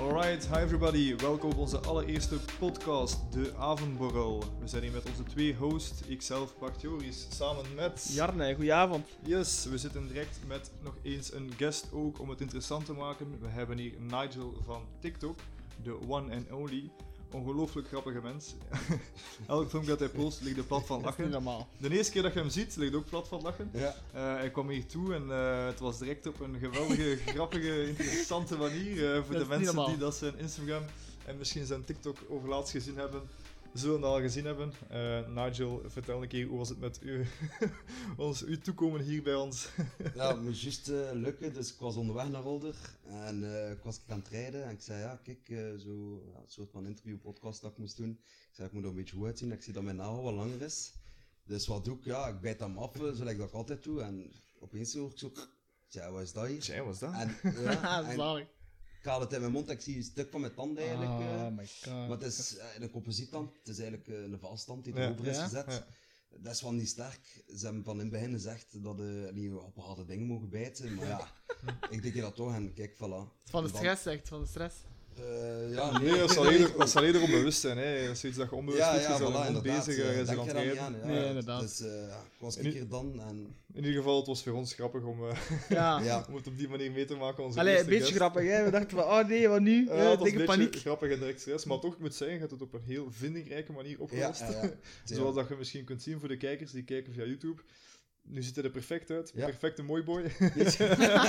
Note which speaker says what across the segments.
Speaker 1: Alright, hi everybody. Welkom op onze allereerste podcast, De Avondborrel. We zijn hier met onze twee hosts, ikzelf, Bart Joris, samen met...
Speaker 2: Jarne, goedenavond.
Speaker 1: Yes, we zitten direct met nog eens een guest ook, om het interessant te maken. We hebben hier Nigel van TikTok, de one and only. Ongelooflijk grappige mens. Elk film dat hij post ligt er plat van
Speaker 2: Dat is niet
Speaker 1: lachen.
Speaker 2: normaal.
Speaker 1: De eerste keer dat je hem ziet, ligt ook plat van lachen.
Speaker 3: Ja.
Speaker 1: Eh, hij kwam hier toe en eh, het was direct op een geweldige, grappige, interessante manier eh, voor de
Speaker 2: is niet
Speaker 1: mensen
Speaker 2: normaal.
Speaker 1: die dat zijn Instagram en misschien zijn TikTok overlaatst gezien hebben. Zullen dat al gezien hebben. Eh, Nigel, vertel een keer hoe was het met u? ons, uw toekomen hier bij ons.
Speaker 3: Ja, het moest juist eh, lukken, dus ik was onderweg naar Older en eh, ik was aan het rijden en ik zei ja, kijk, eh, zo, ja, een soort van interviewpodcast dat ik moest doen. Ik zei, ik moet er een beetje goed uitzien, ik zie dat mijn nagel wat langer is. Dus wat doe ik? Ja, ik bijt hem af, eh, zoals ik dat ik altijd doe. En opeens hoor ik zo, ik zei, wat is dat hier?
Speaker 1: Jij was dat?
Speaker 3: En, ja, en ik
Speaker 2: Zalig.
Speaker 3: haal het in mijn mond en ik zie een stuk van mijn
Speaker 4: Ah,
Speaker 3: tanden eigenlijk. eh.
Speaker 2: Oh my god.
Speaker 3: Maar het is eh, een composiettand, het is eigenlijk eh, een valstand die
Speaker 1: Ja.
Speaker 3: erover is
Speaker 2: Ja?
Speaker 3: gezet.
Speaker 1: Ja.
Speaker 3: Dat is wel niet sterk. Ze hebben van in het begin gezegd dat eh niet op harde dingen mogen bijten, maar ja, ik denk je dat toch en kijk, voilà.
Speaker 4: Van de
Speaker 3: Dan-
Speaker 4: stress, echt, van de stress.
Speaker 3: Eh, ja, nee,
Speaker 1: Nee, dat zal,
Speaker 3: weet
Speaker 1: eerder,
Speaker 3: ik
Speaker 1: dat zal eerder onbewust zijn. Hè. Dat is iets dat je onbewust
Speaker 3: Ja,
Speaker 1: doet.
Speaker 3: ja,
Speaker 1: je zal
Speaker 3: voilà,
Speaker 1: er
Speaker 3: inderdaad.
Speaker 1: bezig eh,
Speaker 3: eh,
Speaker 1: je
Speaker 3: denk
Speaker 1: bent aan
Speaker 3: je
Speaker 1: het
Speaker 3: daar niet
Speaker 1: rijden.
Speaker 3: aan, ja.
Speaker 4: Nee, inderdaad.
Speaker 3: Dus eh, ja, ik was
Speaker 1: En nu-
Speaker 3: een keer dan en...
Speaker 1: In ieder geval, het was voor ons grappig om, eh,
Speaker 2: Ja.
Speaker 3: Ja,
Speaker 1: om het op die manier mee te maken. Onze
Speaker 2: Allee, een
Speaker 1: eerste
Speaker 2: beetje
Speaker 1: guest.
Speaker 2: grappig, hè? We dachten van, oh nee, wat nu?
Speaker 1: Ja,
Speaker 2: Eh,
Speaker 1: het was
Speaker 2: dikke
Speaker 1: een beetje
Speaker 2: paniek.
Speaker 1: grappig en direct stress, maar toch, ik moet zeggen, je hebt het op een heel vindingrijke manier
Speaker 3: ja,
Speaker 1: opgelost.
Speaker 3: ja, ja.
Speaker 1: Zoals dat je misschien kunt zien voor de kijkers die kijken via YouTube. Nu ziet hij er perfect uit.
Speaker 3: Ja.
Speaker 1: Perfecte mooi boy.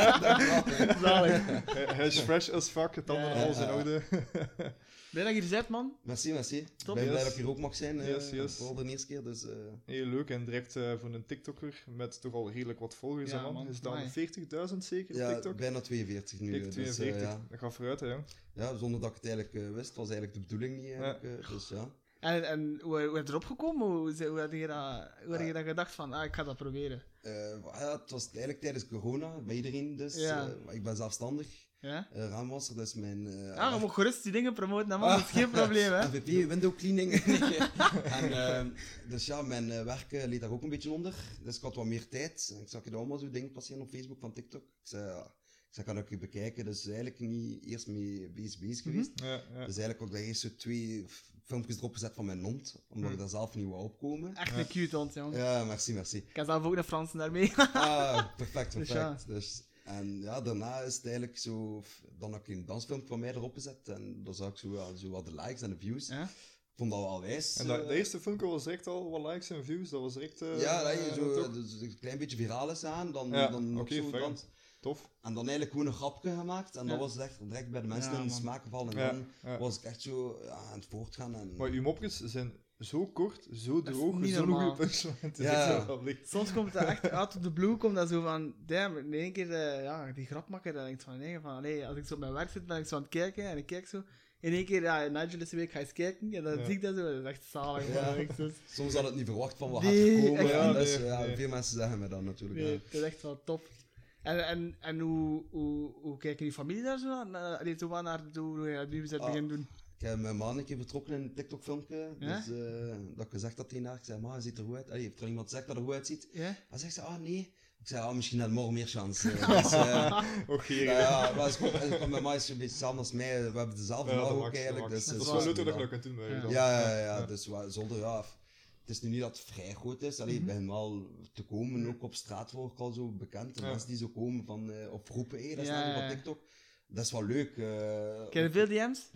Speaker 2: Zalig.
Speaker 1: hij hij is fresh as fuck, het andere
Speaker 2: Ja,
Speaker 1: en
Speaker 2: ja,
Speaker 1: alles in
Speaker 3: ja.
Speaker 1: orde.
Speaker 4: Ben dat je hier zit, man?
Speaker 3: Merci, merci. Ik ben
Speaker 1: Yes.
Speaker 3: blij dat ik hier ook mag zijn. eh,
Speaker 1: Yes, yes.
Speaker 3: Vooral de eerste keer, dus... eh,
Speaker 1: heel leuk en direct eh, voor een TikToker met toch al redelijk wat volgers.
Speaker 2: Ja,
Speaker 1: hè, man.
Speaker 2: man.
Speaker 1: Is dat
Speaker 2: Amai.
Speaker 1: 40.000 zeker op
Speaker 3: ja,
Speaker 1: TikTok?
Speaker 3: bijna 42 nu.
Speaker 1: Kijk,
Speaker 3: eh,
Speaker 1: 42.
Speaker 3: Dus, eh, ja.
Speaker 1: Dat gaat vooruit, hè, jong.
Speaker 3: Ja, zonder dat ik het eigenlijk eh, wist, was eigenlijk de bedoeling niet. Eigenlijk, eh, dus ja.
Speaker 4: En, en hoe, hoe heb je erop gekomen? Hoe, ze- hoe had je dat, hoe had je dat gedacht van, ah, ik ga dat proberen?
Speaker 3: Eh, wa- ja, het was eigenlijk tijdens corona, bij iedereen dus.
Speaker 4: Ja.
Speaker 3: Eh, maar ik ben zelfstandig,
Speaker 4: Ja?
Speaker 3: eh raamwasser, dus mijn... eh,
Speaker 4: Ah, je mag gerust die dingen promoten, hè, man. Dat is geen probleem, hè.
Speaker 3: MVP, window cleaning. en, ehm, dus ja, mijn eh, werk eh, liet daar ook een beetje onder. Dus ik had wat meer tijd. En ik zag je allemaal zo dingen passeren op Facebook van TikTok. Ik zei, ja, ik zei, kan ik je bekijken. Dus eigenlijk niet eerst mee bezig, bezig
Speaker 4: Mhm.
Speaker 3: geweest.
Speaker 1: Ja, ja.
Speaker 3: Dus eigenlijk ook daar eerst zo twee f- filmpjes erop gezet van mijn mond.
Speaker 4: Mhm.
Speaker 3: Omdat ik daar zelf niet wou opkomen.
Speaker 4: Echt een cute hond, jong.
Speaker 3: Ja, merci, merci.
Speaker 4: Ik heb zelf ook een Fransen daarmee.
Speaker 3: Ah, perfect,
Speaker 4: Dus
Speaker 3: perfect. Dus, en ja, daarna is het eigenlijk zo... Dan heb ik een dansfilm van mij erop gezet. En dan zag ik zo, ja, zo wat de likes en de views.
Speaker 4: Ja.
Speaker 3: Ik vond dat wel wijs.
Speaker 1: En dat,
Speaker 3: eh,
Speaker 1: de eerste filmpje was direct al wat likes en views. Dat was direct... eh,
Speaker 3: ja, dat je
Speaker 1: eh,
Speaker 3: zo
Speaker 1: toch?
Speaker 3: dus een klein beetje viraal is aan. Dan,
Speaker 1: Ja,
Speaker 3: dan ook
Speaker 1: oké,
Speaker 3: zo
Speaker 1: fijn.
Speaker 3: dan,
Speaker 1: Tof.
Speaker 3: En dan eigenlijk gewoon een grapje gemaakt. En dat
Speaker 4: Ja.
Speaker 3: was echt direct bij de mensen
Speaker 2: Ja,
Speaker 3: in de
Speaker 2: man.
Speaker 3: smaak gevallen. En
Speaker 1: Ja,
Speaker 3: dan
Speaker 1: ja.
Speaker 3: was ik echt zo ja, aan het voortgaan. En,
Speaker 1: Maar uw mopjes zijn zo kort, zo
Speaker 4: Dat is
Speaker 1: droog,
Speaker 4: niet
Speaker 1: zo'n goede
Speaker 4: normaal.
Speaker 1: punchline. Het is
Speaker 3: Ja.
Speaker 1: echt wel licht.
Speaker 2: Soms komt dat echt uit op de blue, komt dat zo van, damn, in één keer, eh, ja, die grapmaker, dan denk ik van, nee, van, allee, als ik zo op mijn werk zit, ben ik zo aan het kijken, en ik kijk zo, in één keer, ja, Nigel is week, ga eens kijken, en dan
Speaker 1: Ja.
Speaker 2: zie ik dat zo, dat is echt zalig,
Speaker 3: Ja.
Speaker 2: man. Echt zo-
Speaker 3: Soms had het niet verwacht van wat
Speaker 2: Nee,
Speaker 3: gaat er komen.
Speaker 2: echt
Speaker 3: en
Speaker 1: niet.
Speaker 3: dus,
Speaker 1: Nee,
Speaker 3: ja,
Speaker 1: nee.
Speaker 3: Veel mensen zeggen me dat natuurlijk.
Speaker 2: Nee,
Speaker 3: ja.
Speaker 2: het is echt wel top.
Speaker 4: En, en, en hoe, hoe, hoe kijken die familie daar zo aan? Eh, Allee, zo wat naar hoe- hoe je dat nu bent
Speaker 3: Ah.
Speaker 4: beginnen doen.
Speaker 3: Ik heb mijn man een keer betrokken in een TikTok-filmpje.
Speaker 4: Ja?
Speaker 3: Dus eh, dat ik gezegd had tegen haar. Ik zei, ma, hij ziet er goed uit. Allee, heeft er al iemand gezegd dat er goed uitziet?
Speaker 4: Ja?
Speaker 3: Dan zegt ze, ah nee. Ik zei, ah, misschien had morgen meer chance. Eh, dus, eh,
Speaker 1: Och, hier.
Speaker 3: nou ja, maar ze komt- ze komt met mij is een beetje samen als mij. We hebben dezelfde
Speaker 1: Ja,
Speaker 3: naam
Speaker 1: dat
Speaker 3: ook
Speaker 1: maakt-
Speaker 3: eigenlijk.
Speaker 1: maakt-
Speaker 3: Dus,
Speaker 1: dat
Speaker 3: eh,
Speaker 1: is wel
Speaker 3: ja.
Speaker 1: leuk dat je dat kunt doen. maar
Speaker 4: Ja.
Speaker 1: dan-
Speaker 3: Ja, ja, ja, dus wa- zolder, ja. f- Het is nu niet dat het vrij groot is,
Speaker 4: Mhm.
Speaker 3: alleen bij hem al te komen, ook op straat word ik al zo bekend. De
Speaker 1: Ja.
Speaker 3: mensen die zo komen van, eh, of roepen, hé, dat is
Speaker 4: Ja,
Speaker 3: nou
Speaker 4: ja,
Speaker 3: op
Speaker 4: ja.
Speaker 3: TikTok. Dat is wel leuk. eh,
Speaker 4: Krijg je veel DM's?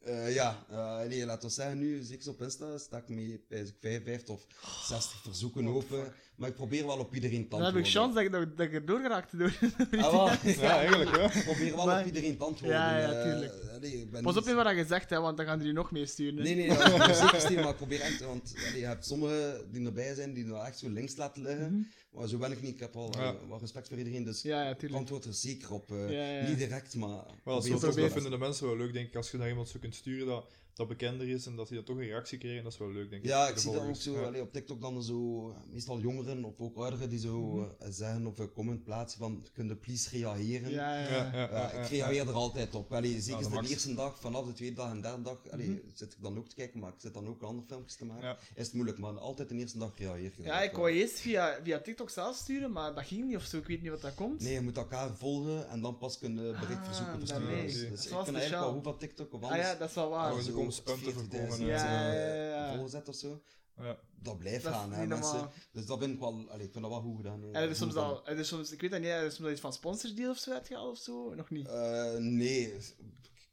Speaker 3: eh, ja, eh, nee, laten we zeggen, nu zeker op Insta sta ik mee, pijs ik 55 of 60 verzoeken open. Maar ik probeer wel op iedereen te
Speaker 4: Dan heb ik
Speaker 3: antwoorden.
Speaker 4: chance dat ik, dat, ik er doorgeraakt door.
Speaker 3: Ah, wel,
Speaker 1: Ja, eigenlijk hè.
Speaker 3: ik probeer wel
Speaker 4: Maar-
Speaker 3: op iedereen te antwoorden.
Speaker 4: Ja, ja,
Speaker 3: eh,
Speaker 4: tuurlijk.
Speaker 3: allee, ik ben
Speaker 4: Pas op
Speaker 3: niet-
Speaker 4: in wat je zegt, hè, want dan gaan er je nog meer sturen. hè.
Speaker 3: Nee, nee, dat is muziek is niet, maar ik probeer echt, want allee, je hebt sommigen die erbij zijn, die dat echt zo links laten liggen. Maar zo ben ik niet, ik heb al eh,
Speaker 1: Ja.
Speaker 3: wat respect voor iedereen, dus
Speaker 4: Mhm. Ja, ja,
Speaker 3: ik
Speaker 4: tuurlijk.
Speaker 3: antwoord er zeker op. eh,
Speaker 4: Ja, ja.
Speaker 3: Niet direct, maar...
Speaker 1: Wel,
Speaker 3: probeer
Speaker 1: soms
Speaker 3: toch
Speaker 1: ook wel
Speaker 3: wel.
Speaker 1: vinden de mensen wel leuk, denk ik, als je naar iemand zo kunt sturen dat dat bekender is en dat hij dan toch een reactie kreeg. En dat is wel leuk, denk ik.
Speaker 3: Ja,
Speaker 1: De
Speaker 3: ik zie dat ook
Speaker 1: volgers.
Speaker 3: zo
Speaker 1: Ja.
Speaker 3: allee, op TikTok dan zo, meestal jongeren of ook ouderen die zo eh, zeggen of een comment plaatsen van, kun je please reageren?
Speaker 2: Ja, ja,
Speaker 1: Ja, ja,
Speaker 2: ja.
Speaker 1: ja,
Speaker 3: Ja,
Speaker 1: ja,
Speaker 3: ik
Speaker 1: ja.
Speaker 3: reageer er altijd op. Allee, zeker
Speaker 1: dat
Speaker 3: de
Speaker 1: mag.
Speaker 3: eerste dag, vanaf de tweede dag en derde dag allee, zit ik dan ook te kijken, maar ik zit dan ook andere filmpjes te maken.
Speaker 1: Ja.
Speaker 3: Is het moeilijk, maar altijd de eerste dag reageer je.
Speaker 2: Ja, ik wou eerst via, via TikTok zelf sturen, maar dat ging niet of zo. Ik weet niet wat dat komt.
Speaker 3: Nee, je moet elkaar volgen en dan pas kunnen bericht
Speaker 2: Ah,
Speaker 3: verzoeken
Speaker 1: daarmee.
Speaker 3: versturen. Dus,
Speaker 1: Dat is
Speaker 3: dus ik
Speaker 2: wel
Speaker 3: vind eigenlijk wel
Speaker 2: speciaal.
Speaker 3: hoe van TikTok of
Speaker 2: ah
Speaker 3: anders.
Speaker 2: ja, dat is wel waar.
Speaker 1: Oh, ze
Speaker 3: zo
Speaker 1: komen spam te
Speaker 3: 40.000
Speaker 1: voorkomen,
Speaker 2: ja.
Speaker 3: eh,
Speaker 2: Ja, ja, ja.
Speaker 3: volgezet of zo.
Speaker 1: Ja.
Speaker 3: Dat blijft
Speaker 2: Dat is
Speaker 3: gaan, hè,
Speaker 2: niet
Speaker 3: mensen.
Speaker 2: normaal.
Speaker 3: Dus dat vind ik wel, allee, ik vind dat wel goed gedaan. hè.
Speaker 2: En er is soms
Speaker 3: Goed gedaan.
Speaker 2: al, er is soms, ik weet dat niet, er is soms al iets van sponsordeal of zo uitgehaald of zo, nog niet.
Speaker 3: Eh, nee, ik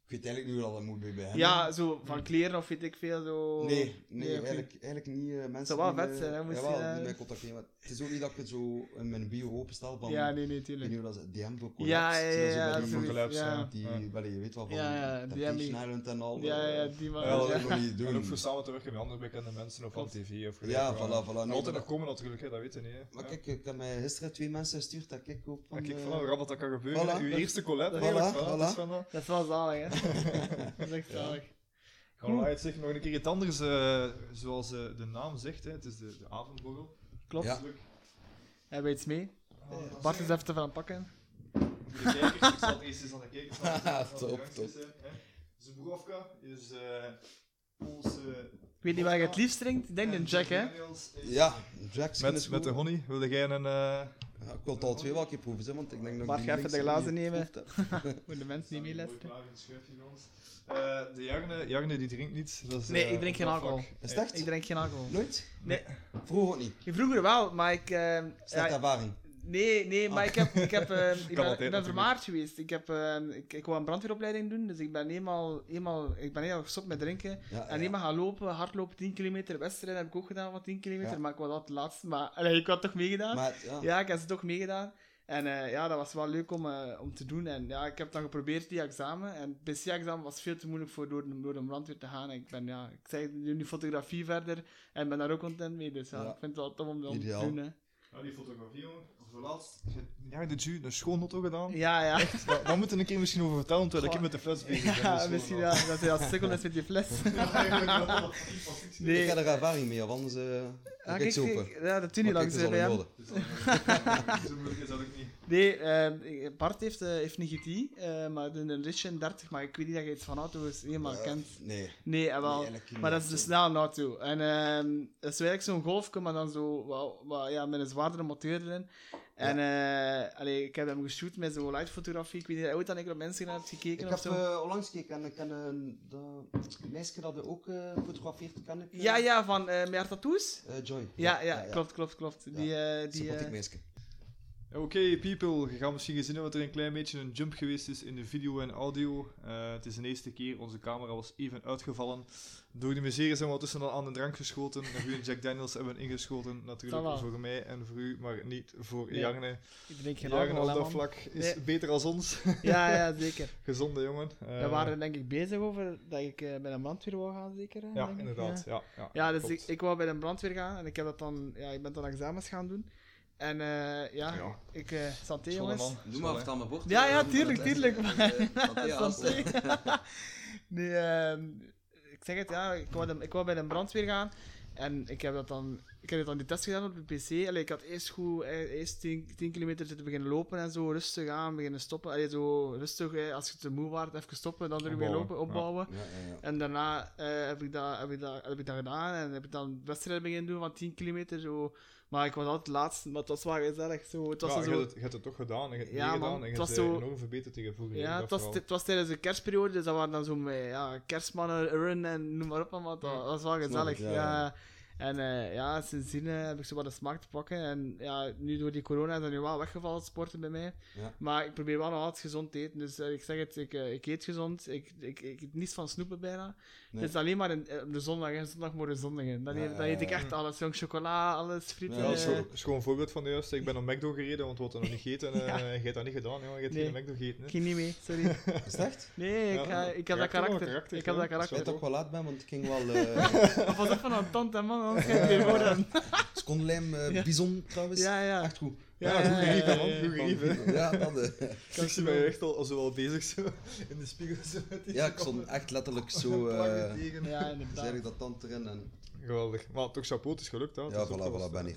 Speaker 3: weet eigenlijk niet hoe dat dat moet bij mij.
Speaker 2: ja, zo van kleren of weet ik veel, zo.
Speaker 3: Nee, nee,
Speaker 2: oké.
Speaker 3: eigenlijk, eigenlijk niet. eh, mensen
Speaker 2: Zou wel
Speaker 3: die,
Speaker 2: vet
Speaker 3: eh,
Speaker 2: zijn, hè, moest
Speaker 3: jawel,
Speaker 2: je, eh,
Speaker 3: die mij contacteren. Maar het is ook niet dat ik het zo in mijn bio openstel van...
Speaker 2: Ja, nee, nee,
Speaker 3: Ik weet niet
Speaker 2: tuurlijk.
Speaker 3: hoe dat is, DM voor collabs.
Speaker 2: Ja, ja,
Speaker 3: Zie je dat zo
Speaker 2: ja, ja,
Speaker 3: bij die-
Speaker 1: zoiets,
Speaker 2: collabs,
Speaker 1: ja.
Speaker 2: ja.
Speaker 3: Die,
Speaker 1: Ja.
Speaker 3: wel, je weet wel van
Speaker 2: Ja, ja,
Speaker 3: eh,
Speaker 2: DM.
Speaker 3: Temptation Island en al.
Speaker 2: Ja,
Speaker 3: eh,
Speaker 2: ja, die man.
Speaker 1: Ja,
Speaker 3: dat
Speaker 1: dat
Speaker 2: Ja,
Speaker 3: wil ik nog niet
Speaker 1: En ook voor
Speaker 3: doen.
Speaker 1: samen te werken met andere bekende mensen of van tv of gelijk. waar.
Speaker 3: Ja, voilà, voilà.
Speaker 1: En
Speaker 3: Nee,
Speaker 1: altijd
Speaker 3: maar-
Speaker 1: nog komen natuurlijk, hè, dat weet je niet. Hè.
Speaker 3: Maar
Speaker 1: Ja.
Speaker 3: kijk, ik heb mij gisteren twee mensen gestuurd dat ik ook van...
Speaker 1: Maar Ah, kijk,
Speaker 3: eh,
Speaker 1: vanaf wat dat kan gebeuren.
Speaker 3: voilà.
Speaker 1: Uw eerste collab,
Speaker 3: Voilà,
Speaker 1: eigenlijk. voilà,
Speaker 3: voilà.
Speaker 1: het is van, eh,
Speaker 2: Dat is wel zalig, hè? dat is echt zalig. Goed.
Speaker 1: Alright, zeg nog een keer iets anders, eh, zoals eh, de naam zegt, hè, het is de, de avondborrel.
Speaker 2: Klopt.
Speaker 3: Ja. Ah,
Speaker 2: Hebben we iets mee?
Speaker 1: Oh,
Speaker 2: Bart is even aan het pakken.
Speaker 1: Voor de kijkers, ik zal eerst eens aan de kijkers laten zien wat
Speaker 3: Top,
Speaker 1: de drankjes
Speaker 3: top.
Speaker 1: zijn, hè. Zubrovka is eh Poolse...
Speaker 2: Ik weet niet waar je het liefst drinkt. Ik denk een Jack, hè?
Speaker 3: Ja, Jackson is
Speaker 1: Met,
Speaker 3: goed.
Speaker 1: met de honey, wilde jij een... eh,
Speaker 3: Ja, ik wil het al twee wel een keer proeven, hè, want ik denk dat
Speaker 2: Maar
Speaker 3: ik
Speaker 2: ga even
Speaker 3: linkse
Speaker 2: de glazen
Speaker 3: niet
Speaker 2: nemen.
Speaker 3: geproefd heb.
Speaker 2: Moeten de mensen niet
Speaker 1: Mooi
Speaker 2: meeluisteren.
Speaker 1: klaar in het schuifje van ons. Eh, de Jarne, Jarne die drinkt niet. Dat is,
Speaker 2: Nee,
Speaker 1: eh,
Speaker 2: ik drink
Speaker 1: op
Speaker 2: geen
Speaker 1: dat
Speaker 2: alcohol.
Speaker 1: vlak.
Speaker 3: Is het echt?
Speaker 2: Ik drink geen alcohol.
Speaker 3: Nooit?
Speaker 2: Eh, Nee.
Speaker 3: Vroeger ook niet.
Speaker 2: Vroeger wel, maar ik. ehm,
Speaker 3: Slechte
Speaker 2: ja,
Speaker 3: ervaring.
Speaker 2: nee,
Speaker 3: Ah.
Speaker 2: nee, maar ik heb. Ik, heb, ehm, ik ben,
Speaker 1: altijd
Speaker 2: ik ben
Speaker 1: natuurlijk.
Speaker 2: vermaard geweest. Ik, heb, ehm, ik, ik wou een brandweeropleiding doen, dus ik ben eenmaal, eenmaal, ik ben eenmaal gestopt met drinken.
Speaker 3: Ah, Ja,
Speaker 2: En
Speaker 3: ja.
Speaker 2: eenmaal gaan lopen, hardlopen, 10 kilometer. Wedstrijden heb ik ook gedaan van 10 kilometer,
Speaker 3: Ja.
Speaker 2: maar ik was dat het laatste. Maar allee, ik had toch meegedaan.
Speaker 3: Maar, ja.
Speaker 2: Ja, ik heb ze toch meegedaan. En eh, ja, dat was wel leuk om, eh, om te doen. En ja, ik heb dan geprobeerd die examen. En het BC-examen was veel te moeilijk voor door, de- door de brandweer te gaan. En ik ben, ja, ik zeg, ik doe nu fotografie verder. En ben daar ook content mee. Dus ja,
Speaker 3: Ja.
Speaker 2: ik vind het wel tof om dat om te
Speaker 3: Ideaal.
Speaker 2: doen. Hè.
Speaker 1: Nou, die fotografie, jongen. Voor laatst. Ja, de Ju, een schoonauto gedaan.
Speaker 2: Ja, ja.
Speaker 1: Daar, daar moeten we een keer misschien over vertellen, terwijl ik
Speaker 2: Goh.
Speaker 1: met de fles bezig ben.
Speaker 2: ja
Speaker 1: dus
Speaker 2: misschien
Speaker 1: voilà.
Speaker 2: ja, dat hij als sukkel is met die fles.
Speaker 3: Ik
Speaker 2: Nee.
Speaker 3: heb er ervaring mee, anders eh
Speaker 2: Ah,
Speaker 3: ik
Speaker 2: kijk,
Speaker 3: het open.
Speaker 2: kijk, ja, dat doe je niet
Speaker 3: Maar
Speaker 2: langs
Speaker 3: kijk, het is
Speaker 2: hè,
Speaker 3: al
Speaker 2: bij
Speaker 3: in
Speaker 2: hem.
Speaker 3: orde.
Speaker 1: Zo moeilijk is dat ook niet.
Speaker 2: Nee, eh, Bart heeft, eh, heeft een GT, eh, maar een Richard 30, maar ik weet niet dat je iets van auto's helemaal
Speaker 3: Eh,
Speaker 2: kent.
Speaker 3: Nee.
Speaker 2: Nee, eh, wel.
Speaker 3: Nee, eigenlijk niet.
Speaker 2: Maar dat is de snel naartoe. En ehm dat is eigenlijk zo'n golfje, maar dan zo wel, wel, ja, met een zwaardere motor erin. En eh, allee, ik heb hem geshoot met zo'n lightfotografie. Ik weet niet, ooit dat ik op Instagram heb
Speaker 3: Ik
Speaker 2: gekeken
Speaker 3: heb
Speaker 2: of zo.
Speaker 3: eh, onlangs gekeken en ik ken een dat meisje dat er ook eh, fotografeert, ken ik. eh,
Speaker 2: Ja, ja, van eh met haar tattoos.
Speaker 3: eh, Joy.
Speaker 2: Ja, ja, klopt, klopt, klopt. Die, eh, die,
Speaker 3: Sympathiek
Speaker 2: eh,
Speaker 3: meisje.
Speaker 1: Oké, people, je gaat misschien gezien hebben dat er een klein beetje een jump geweest is in de video en audio. Eh, het is de eerste keer, onze camera was even uitgevallen. Door de miserie zijn we ondertussen al aan de drank geschoten. En u en Jack Daniels hebben we ingeschoten, natuurlijk
Speaker 2: Dat wel.
Speaker 1: voor mij en voor u, maar niet voor
Speaker 2: Ja.
Speaker 1: Jarne.
Speaker 2: ik drink geen
Speaker 1: Jarne
Speaker 2: alcohol,
Speaker 1: op
Speaker 2: hè,
Speaker 1: dat
Speaker 2: man.
Speaker 1: vlak is
Speaker 2: Nee.
Speaker 1: beter als ons.
Speaker 2: Ja, ja, zeker.
Speaker 1: Gezonde jongen. Eh,
Speaker 2: We waren denk ik bezig over dat ik eh, bij een brandweer wou gaan, zeker. hè,
Speaker 1: Eh, Ja,
Speaker 2: denk ik,
Speaker 1: inderdaad. Ja, ja,
Speaker 2: Ja, dus ik,
Speaker 1: klopt.
Speaker 2: ik wou bij de brandweer gaan en ik, heb dat dan, ja, ik ben dan examens gaan doen. En eh, ja,
Speaker 1: Ja.
Speaker 2: ik... eh santé,
Speaker 1: Schone
Speaker 2: jongens.
Speaker 1: man.
Speaker 3: Doe maar, vertel mijn bord.
Speaker 2: Ja, ja,
Speaker 3: eh,
Speaker 2: tuurlijk,
Speaker 3: dat is-
Speaker 2: tuurlijk.
Speaker 3: eh, dat is-
Speaker 2: Santé. nee, ehm, ik zeg het, ja, ik wou, de- ik wou bij de brandweer gaan. En ik heb, dat dan, ik heb dan die test gedaan op de PC. Allee, ik had eerst goed, eh, eerst 10 kilometer zitten beginnen lopen en zo rustig aan, beginnen stoppen. Allee, zo rustig, eh, als je te moe waart, even stoppen, dan er weer
Speaker 1: Opbouwen,
Speaker 2: lopen,
Speaker 1: ja.
Speaker 2: opbouwen.
Speaker 3: Ja, ja, ja.
Speaker 2: En daarna eh, heb, ik dat, heb, ik dat, heb ik dat gedaan en heb ik dan wedstrijden beginnen doen van 10 kilometer. Zo. Maar ik was altijd laatste, maar het was wel gezellig. Zo. Het was
Speaker 1: Ja,
Speaker 2: zo,
Speaker 1: je, hebt het, je hebt het toch gedaan, je hebt het
Speaker 2: Ja,
Speaker 1: meegedaan
Speaker 2: man,
Speaker 1: en
Speaker 2: het
Speaker 1: je
Speaker 2: was
Speaker 1: hebt eh,
Speaker 2: zo-
Speaker 1: enorm verbeterd tegen vroeger.
Speaker 2: ja,
Speaker 1: dat
Speaker 2: het was,
Speaker 1: vooral.
Speaker 2: het was tijdens de kerstperiode, dus dat waren dan zo met ja, kerstmannen, urn en noem maar op. allemaal. dat,
Speaker 1: Ja.
Speaker 2: dat was wel gezellig. Ja.
Speaker 3: Snap ik, ja,
Speaker 2: En eh, ja, sindsdien eh, heb ik zo wat de smaak te pakken. En ja, nu door die corona is dat nu wel weggevallen, het sporten bij mij.
Speaker 3: Ja.
Speaker 2: Maar ik probeer wel nog altijd gezond te eten. Dus eh, ik zeg het, ik, eh, ik eet gezond. Ik, ik, ik eet niets van snoepen bijna.
Speaker 3: Nee.
Speaker 2: Het is alleen maar in, eh, op de zondag, en zondagmorgen, zondag. hè. Dan,
Speaker 3: Ja,
Speaker 2: eet, dan
Speaker 3: ja,
Speaker 2: eet ik
Speaker 3: ja.
Speaker 2: echt alles. Jong chocola, alles, frieten.
Speaker 3: Ja,
Speaker 1: Ja, dat is
Speaker 2: eh,
Speaker 1: gewoon- dat is gewoon een voorbeeld van de juiste. Ik ben naar McDo gereden, want we hadden nog niet gegeten. En, eh, je hebt dat niet gedaan, jongen. je hebt
Speaker 2: Nee.
Speaker 1: geen McDo gegeten. hè.
Speaker 2: ik ging niet mee, sorry.
Speaker 3: Is het echt?
Speaker 2: Nee,
Speaker 1: Ja,
Speaker 2: ik, ga- ik heb dat
Speaker 1: karakter,
Speaker 2: karakter.
Speaker 1: karakter,
Speaker 2: Ik heb
Speaker 1: ja.
Speaker 2: dat
Speaker 3: Ik weet
Speaker 2: karakter.
Speaker 3: dat ik wel laat ben, want ik ging wel... eh,
Speaker 2: Maar Pas op van aan tand en man, man. Ik heb hier voor hem.
Speaker 3: Skonlijm eh,
Speaker 2: Ja.
Speaker 3: Bison trouwens.
Speaker 2: Ja, ja.
Speaker 3: Echt goed.
Speaker 1: Ja, goed
Speaker 2: ja,
Speaker 1: gerieven,
Speaker 2: ja,
Speaker 1: man.
Speaker 2: ja,
Speaker 1: Goed gerieven.
Speaker 3: Ja, dat, eh.
Speaker 1: Ik zie mij echt al, al zo wel bezig zo, in de spiegel. Zo, met die
Speaker 3: ja, ik stond echt letterlijk zo.
Speaker 1: plakken
Speaker 3: eh
Speaker 1: tegen.
Speaker 2: Ja,
Speaker 3: zeg
Speaker 2: inderdaad.
Speaker 3: ik dat tand erin en.
Speaker 1: Geweldig. Maar toch chapeau, het is gelukt. Hè. Het
Speaker 3: Ja,
Speaker 1: is ook wel
Speaker 3: voilà, voilà,
Speaker 1: eens-
Speaker 2: eh,
Speaker 3: ben ik.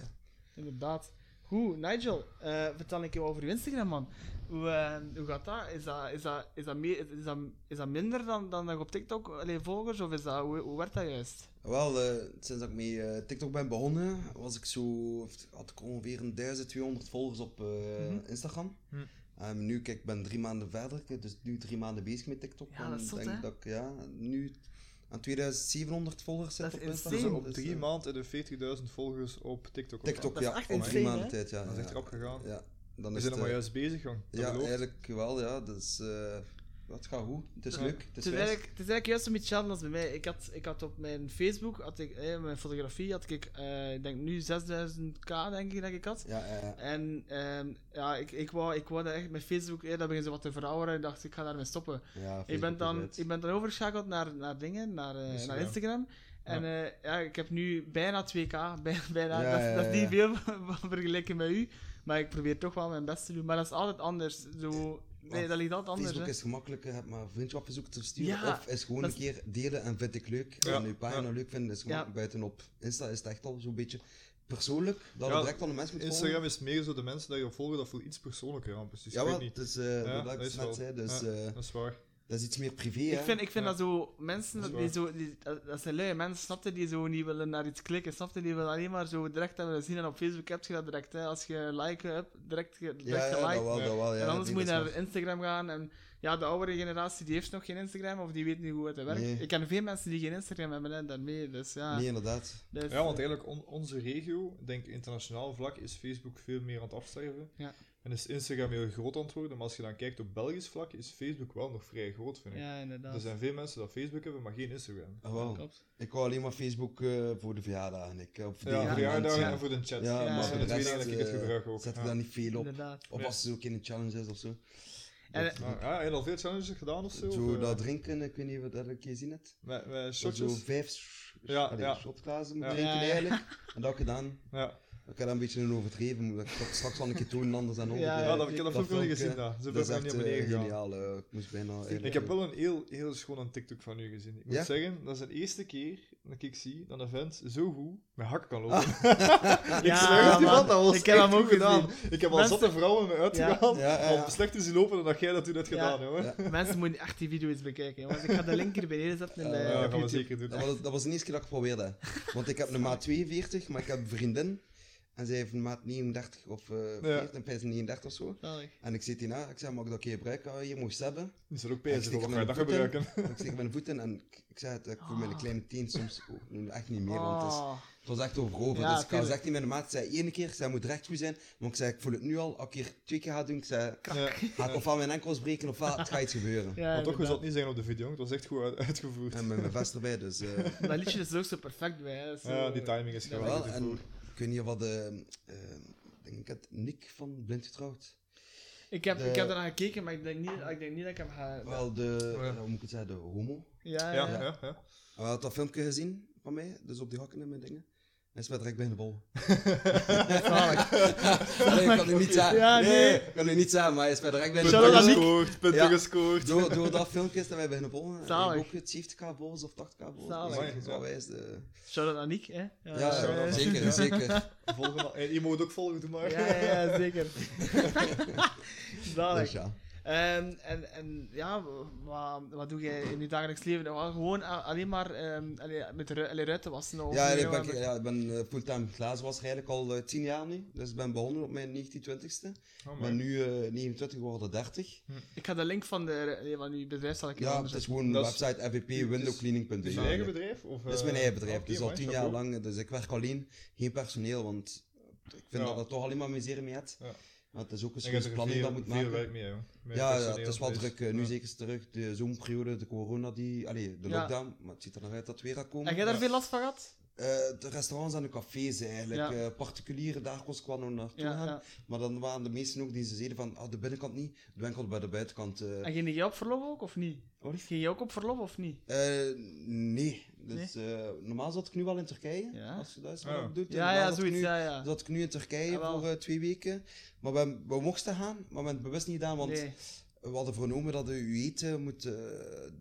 Speaker 2: inderdaad. Goed, Nigel, eh, vertel een keer wat over je Instagram, man. Hoe, eh, hoe gaat dat? Is dat, is dat, is dat, meer, is dat, is dat minder dan, dan dat je op TikTok allee, volgers? Of is dat, hoe, hoe werd dat juist?
Speaker 3: Wel, eh, sinds dat ik met eh, TikTok ben begonnen, was ik zo, had ik ongeveer een 1200 volgers op eh,
Speaker 2: Mhm.
Speaker 3: Instagram.
Speaker 1: Hm.
Speaker 3: En nu, kijk, ik ben drie maanden verder, ik- dus nu drie maanden bezig met TikTok.
Speaker 2: Ja, dat is
Speaker 3: en
Speaker 2: zot,
Speaker 3: denk
Speaker 2: hè?
Speaker 3: dat ik ja, nu aan 2700 volgers zit
Speaker 2: Dat is
Speaker 3: op Instagram.
Speaker 1: Dus
Speaker 2: insane.
Speaker 1: op
Speaker 3: Dus,
Speaker 1: drie
Speaker 3: eh,
Speaker 1: maanden de 40.000 volgers op TikTok.
Speaker 3: TikTok,
Speaker 2: Dat is
Speaker 3: ja,
Speaker 2: echt
Speaker 3: op
Speaker 2: insane,
Speaker 3: drie
Speaker 2: hè?
Speaker 3: maanden tijd, ja.
Speaker 1: Dat is
Speaker 3: ja,
Speaker 1: echt erop gegaan.
Speaker 3: Ja, dan
Speaker 1: We
Speaker 3: is
Speaker 1: zijn er maar
Speaker 3: het, eh,
Speaker 1: juist bezig, jong. Dat
Speaker 3: Ja,
Speaker 1: belooft.
Speaker 3: eigenlijk wel, ja. Dus, eh het gaat goed, het is
Speaker 1: Ja.
Speaker 3: leuk, het
Speaker 2: Het
Speaker 3: is
Speaker 2: is,
Speaker 3: wijs.
Speaker 2: eigenlijk, het is eigenlijk juist een beetje hetzelfde als bij mij. Ik had, ik had op mijn Facebook, had ik, eh, mijn fotografie, had ik, eh, ik denk nu 6000k, denk ik, dat ik had.
Speaker 3: Ja, ja, ja.
Speaker 2: En ehm, ja, ik, ik, wou, ik wou dat echt met Facebook, eh, dat begint zo wat te verouderen. Ik dacht, ik ga daarmee stoppen.
Speaker 3: ja
Speaker 2: Ik ben,
Speaker 3: Facebook
Speaker 2: dan,
Speaker 3: is
Speaker 2: ik
Speaker 3: het.
Speaker 2: ben dan overgeschakeld naar, naar dingen, naar, eh,
Speaker 1: Instagram.
Speaker 2: naar Instagram. En eh, ja, ik heb nu bijna 2K. bij- bijna,
Speaker 3: Ja,
Speaker 2: dat, is-
Speaker 3: ja,
Speaker 2: dat is niet
Speaker 3: ja.
Speaker 2: veel vergeleken met u. Maar ik probeer toch wel mijn best te doen. Maar dat is altijd anders. Zo, nee,
Speaker 3: maar
Speaker 2: dat ligt altijd anders.
Speaker 3: Facebook
Speaker 2: hè.
Speaker 3: is gemakkelijk, je hebt maar vriendschapverzoek te sturen.
Speaker 2: Ja,
Speaker 3: of is gewoon
Speaker 2: dat
Speaker 3: een keer delen en vind ik leuk.
Speaker 1: Ja,
Speaker 3: En je pagina
Speaker 1: ja.
Speaker 3: leuk vinden is gemakkelijk. Buitenop Insta is het echt al zo'n beetje persoonlijk. Dat
Speaker 1: Ja,
Speaker 3: het direct al een mens moet
Speaker 1: Instagram is meer zo de mensen die je volgen, dat voelt iets persoonlijker aan. Precies, ik
Speaker 3: volgen. Ja,
Speaker 1: weet
Speaker 3: wel,
Speaker 1: niet.
Speaker 3: het is, eh,
Speaker 1: Ja,
Speaker 3: dat
Speaker 1: dat
Speaker 3: ik
Speaker 1: is
Speaker 3: het net
Speaker 1: wel.
Speaker 3: zei, dus
Speaker 1: Ja.
Speaker 3: eh,
Speaker 1: Dat is waar.
Speaker 3: dat is iets meer privé.
Speaker 2: Ik
Speaker 3: hè.
Speaker 2: vind, ik vind
Speaker 1: Ja.
Speaker 2: dat zo
Speaker 1: Dat
Speaker 2: mensen,
Speaker 1: is
Speaker 2: dat, die
Speaker 1: waar.
Speaker 2: zo, die, dat dat zijn luie mensen, snapte die zo niet willen naar iets klikken, snapte die willen alleen maar zo direct hebben willen zien. En op Facebook heb je dat direct, hè. als je een like hebt, direct, ge- direct
Speaker 3: ja, ja, dat
Speaker 2: geliked.
Speaker 3: wel,
Speaker 1: Ja.
Speaker 3: dat wel. Ja,
Speaker 2: en anders
Speaker 3: nee,
Speaker 2: moet je
Speaker 3: dat
Speaker 2: naar
Speaker 3: is waar.
Speaker 2: Instagram gaan. En ja, de oudere generatie die heeft nog geen Instagram of die weet niet hoe het werkt.
Speaker 3: Nee.
Speaker 2: Ik ken veel mensen die geen Instagram hebben en daarmee, dus ja.
Speaker 3: Nee, inderdaad.
Speaker 2: Dus,
Speaker 1: Ja, want eigenlijk on- onze regio, denk internationaal vlak, is Facebook veel meer aan het afsterven.
Speaker 2: Ja.
Speaker 1: En is Instagram heel groot aan het worden. Maar als je dan kijkt op Belgisch vlak, is Facebook wel nog vrij groot, vind ik.
Speaker 2: Ja, inderdaad.
Speaker 3: Dus, eh,
Speaker 1: Er zijn veel mensen die Facebook hebben, maar geen Instagram.
Speaker 3: Ah, wel.
Speaker 2: Klopt.
Speaker 3: Ik hou alleen maar Facebook eh, voor de verjaardagen. Ik, eh, op
Speaker 1: Ja, voor verjaardagen en voor de chat.
Speaker 3: Ja,
Speaker 2: Ja,
Speaker 3: maar
Speaker 1: dat
Speaker 3: voor
Speaker 1: zijn
Speaker 3: de
Speaker 1: de twee dingen
Speaker 3: rest
Speaker 1: dat ik het
Speaker 3: eh,
Speaker 1: gebruik ook.
Speaker 3: zet ik
Speaker 1: ja.
Speaker 3: daar niet veel op.
Speaker 2: Inderdaad.
Speaker 3: Of
Speaker 1: Nee.
Speaker 3: als ze ook in de challenge is of zo.
Speaker 2: En,
Speaker 3: Dat-
Speaker 1: Ah, ja, heb je al veel challenges gedaan of zo? Of,
Speaker 3: Zo
Speaker 1: eh,
Speaker 3: dat drinken, ik weet niet wat dat een keer gezien hebt.
Speaker 1: Met, met
Speaker 3: Dat Zo
Speaker 1: shotjes?
Speaker 3: vijf sh-
Speaker 1: Ja,
Speaker 3: allee,
Speaker 1: ja.
Speaker 3: shotglazen moet
Speaker 1: Ja.
Speaker 3: drinken
Speaker 2: Ja, ja.
Speaker 3: eigenlijk. En dat heb ik gedaan.
Speaker 1: Ja,
Speaker 3: Ik heb dat een beetje een overdreven, moet ik dat straks wel een keer tonen, anders dan onder.
Speaker 2: Ja,
Speaker 3: eh,
Speaker 1: ja dat, ik heb dat
Speaker 3: dat
Speaker 1: ook nog niet
Speaker 3: filmpje,
Speaker 1: gezien. daar. Ze
Speaker 3: dat is
Speaker 1: hebben niet
Speaker 3: echt
Speaker 1: naar
Speaker 3: eh,
Speaker 1: beneden gegaan.
Speaker 3: geniaal. eh, ik moest bijna... eigenlijk-
Speaker 1: Ik heb wel een heel, heel schoon een TikTok van u gezien. Ik moet
Speaker 3: Ja?
Speaker 1: zeggen, dat is de eerste keer dat ik zie dat een vent zo goed met hak kan lopen. ik
Speaker 2: Ja,
Speaker 1: zweer het je
Speaker 2: man.
Speaker 1: wat, dat was
Speaker 2: Ik heb
Speaker 1: echt
Speaker 2: hem ook
Speaker 1: goed gedaan. Ik heb al
Speaker 2: Mensen-
Speaker 1: zatte vrouwen me uitgehaald
Speaker 3: Ja. Ja, ja, ja.
Speaker 1: om slecht te zien lopen dan dat jij dat toen hebt
Speaker 2: Ja.
Speaker 1: gedaan, hoor.
Speaker 3: Ja.
Speaker 2: eh, Mensen moeten echt die video's bekijken, jongens. Ik ga de link hier beneden zetten in de,
Speaker 1: Ja,
Speaker 2: op
Speaker 1: dat gaan we
Speaker 2: YouTube.
Speaker 1: zeker doen. Oh,
Speaker 3: Dat was, dat was de eerste keer dat ik probeerde. hè. Want ik heb een maat 42, maar ik heb een vriendin. En zij heeft een maat 39 of eh 14, 39 of zo.
Speaker 2: Zalig.
Speaker 3: En ik zit hierna, ik zeg, mag ik dat een keer gebruiken? Ah, je moest hebben.
Speaker 1: Die zullen ook
Speaker 3: Ik
Speaker 1: pijzen,
Speaker 3: steek
Speaker 1: wat
Speaker 3: hem
Speaker 1: ga je
Speaker 3: in
Speaker 1: dat
Speaker 3: de voeten.
Speaker 1: gebruiken?
Speaker 3: Ik steek mijn voeten en ik, ik zeg het, eh, ik voel
Speaker 2: Ah.
Speaker 3: mijn kleine teen soms ook nu echt niet meer. Want het, is,
Speaker 2: Oh.
Speaker 3: het was echt overhoven.
Speaker 2: Ja,
Speaker 3: dus ik was
Speaker 2: tuurlijk.
Speaker 3: echt niet met de maat. zei één keer, ik zei, moet recht goed zijn. Maar ik zei, ik voel het nu al. Als ik hier twee keer ga doen, ik zei,
Speaker 1: Ja.
Speaker 3: ga ik ofwel mijn enkels breken ofwel het gaat iets gebeuren.
Speaker 2: Ja,
Speaker 1: Maar toch, je
Speaker 2: inderdaad.
Speaker 1: zal het niet zeggen op de video, het was echt goed uit- uitgevoerd.
Speaker 3: En met mijn vest erbij, dus... eh,
Speaker 2: Dat liedje is er ook zo perfect bij. Hè. Zo... eh,
Speaker 1: Ja, die timing is
Speaker 2: Ja,
Speaker 3: Wel,
Speaker 1: geweldig.
Speaker 3: en
Speaker 1: uitgevoerd.
Speaker 3: ik weet niet wat de. eh, denk ik het Nick van Blind Getrouwd.
Speaker 2: Ik heb,
Speaker 3: De-
Speaker 2: ik heb ernaar gekeken, maar ik denk niet, ik denk niet dat ik hem ga...
Speaker 3: Wel, de.
Speaker 1: Ja.
Speaker 3: eh, hoe moet ik het zeggen? De homo. Ah,
Speaker 2: Ja,
Speaker 1: Ja,
Speaker 2: ja.
Speaker 1: ja, ja.
Speaker 3: Hij had dat filmpje gezien van mij, dus op die hakken en mijn dingen. Hij is met direct bij de bol.
Speaker 2: Zalig.
Speaker 3: Nee, ik kan u niet zeggen.
Speaker 2: Ja, nee.
Speaker 3: ik kan u niet zeggen, maar hij is met direct bij de
Speaker 1: Punten
Speaker 2: Shout-out aan
Speaker 3: bol.
Speaker 2: Nick.
Speaker 1: gescoord, punten
Speaker 3: Ja.
Speaker 1: gescoord.
Speaker 3: Door, door dat filmpje is dat wij bij de bol.
Speaker 2: Zalig.
Speaker 3: Ik ook het 70k bols of 80k bols.
Speaker 2: Zalig.
Speaker 3: Dus dat is wel
Speaker 1: Ja.
Speaker 3: wijs, eh.
Speaker 2: Shout-out aan Nick, hè.
Speaker 3: Ja,
Speaker 1: ja,
Speaker 2: eh,
Speaker 1: dat-
Speaker 3: zeker,
Speaker 1: ja.
Speaker 3: zeker.
Speaker 1: Volgende, eh, je moet ook volgen, doe maar.
Speaker 2: ja, ja, ja, zeker.
Speaker 3: Dus
Speaker 2: Zalig.
Speaker 3: ja.
Speaker 2: Ehm, en, en ja, wat, wat doe jij in je dagelijks leven? Nou, gewoon a- alleen maar ehm, allee, met ru allee, ruiten wassen. Of
Speaker 3: Ja,
Speaker 2: zo,
Speaker 3: ik ben,
Speaker 2: maar-
Speaker 3: ja, ik ben eh, fulltime glazenwasser eigenlijk al eh, 10 jaar nu. Dus ik ben begonnen op mijn 1920ste.
Speaker 1: Oh,
Speaker 3: Ik
Speaker 1: maar.
Speaker 3: ben nu eh 29 geworden, 30.
Speaker 1: Hm.
Speaker 2: Ik ga de link van, de, allee, van uw bedrijf zal ik
Speaker 3: Ja, het is gewoon
Speaker 1: Dat is-
Speaker 3: website
Speaker 1: Het is
Speaker 3: fvpwindowcleaning.eu.
Speaker 1: je eigen bedrijf? Of,
Speaker 3: Dat is
Speaker 1: eh,
Speaker 3: mijn eigen bedrijf,
Speaker 1: oké,
Speaker 3: dus al
Speaker 1: mooi,
Speaker 3: tien jaar
Speaker 1: chapeau.
Speaker 3: lang. Dus ik werk alleen, geen personeel, want ik vind
Speaker 1: Ja.
Speaker 3: dat dat toch alleen maar miserie mee hebt.
Speaker 1: Ja.
Speaker 3: Maar het is ook een
Speaker 1: En je hebt
Speaker 3: soort
Speaker 1: er
Speaker 3: planning
Speaker 1: veel-
Speaker 3: dat moet
Speaker 1: veel
Speaker 3: maken.
Speaker 1: werk mee, hè, met
Speaker 3: ja, ja,
Speaker 1: personeel
Speaker 3: het is wel
Speaker 1: dus.
Speaker 3: druk. eh, nu
Speaker 1: Ja.
Speaker 3: zeker is terug de zomerperiode, de corona, die, allee, de
Speaker 2: Ja.
Speaker 3: lockdown. Maar het ziet er naar uit dat het weer gaat komen.
Speaker 2: Heb jij daar
Speaker 1: Ja.
Speaker 2: veel last van gehad?
Speaker 3: Eh, de restaurants en de cafés eigenlijk.
Speaker 2: Ja.
Speaker 3: eh, particulieren, daar kost ik wel nog naartoe
Speaker 2: Ja,
Speaker 3: gaan.
Speaker 2: ja.
Speaker 3: Maar dan waren de meesten ook die ze zeiden van ah, de binnenkant niet, de binnenkant bij de buitenkant. eh,
Speaker 2: En ging jij op verlof ook, of niet?
Speaker 3: Wat?
Speaker 2: Ging jij ook op verlof, of niet?
Speaker 3: Eh, nee, Dus, eh, normaal zat ik nu al in Turkije,
Speaker 2: Ja.
Speaker 3: als je dat is
Speaker 1: Ja.
Speaker 3: wat ik doe.
Speaker 2: Ja, ja, zoiets. Ja, ja.
Speaker 3: Zat ik nu in Turkije
Speaker 2: Jawel.
Speaker 3: voor eh, twee weken. Maar we, we mochten gaan, maar we hebben het bewust niet gedaan, want
Speaker 2: Nee.
Speaker 3: we hadden vernomen dat de eten moet eh,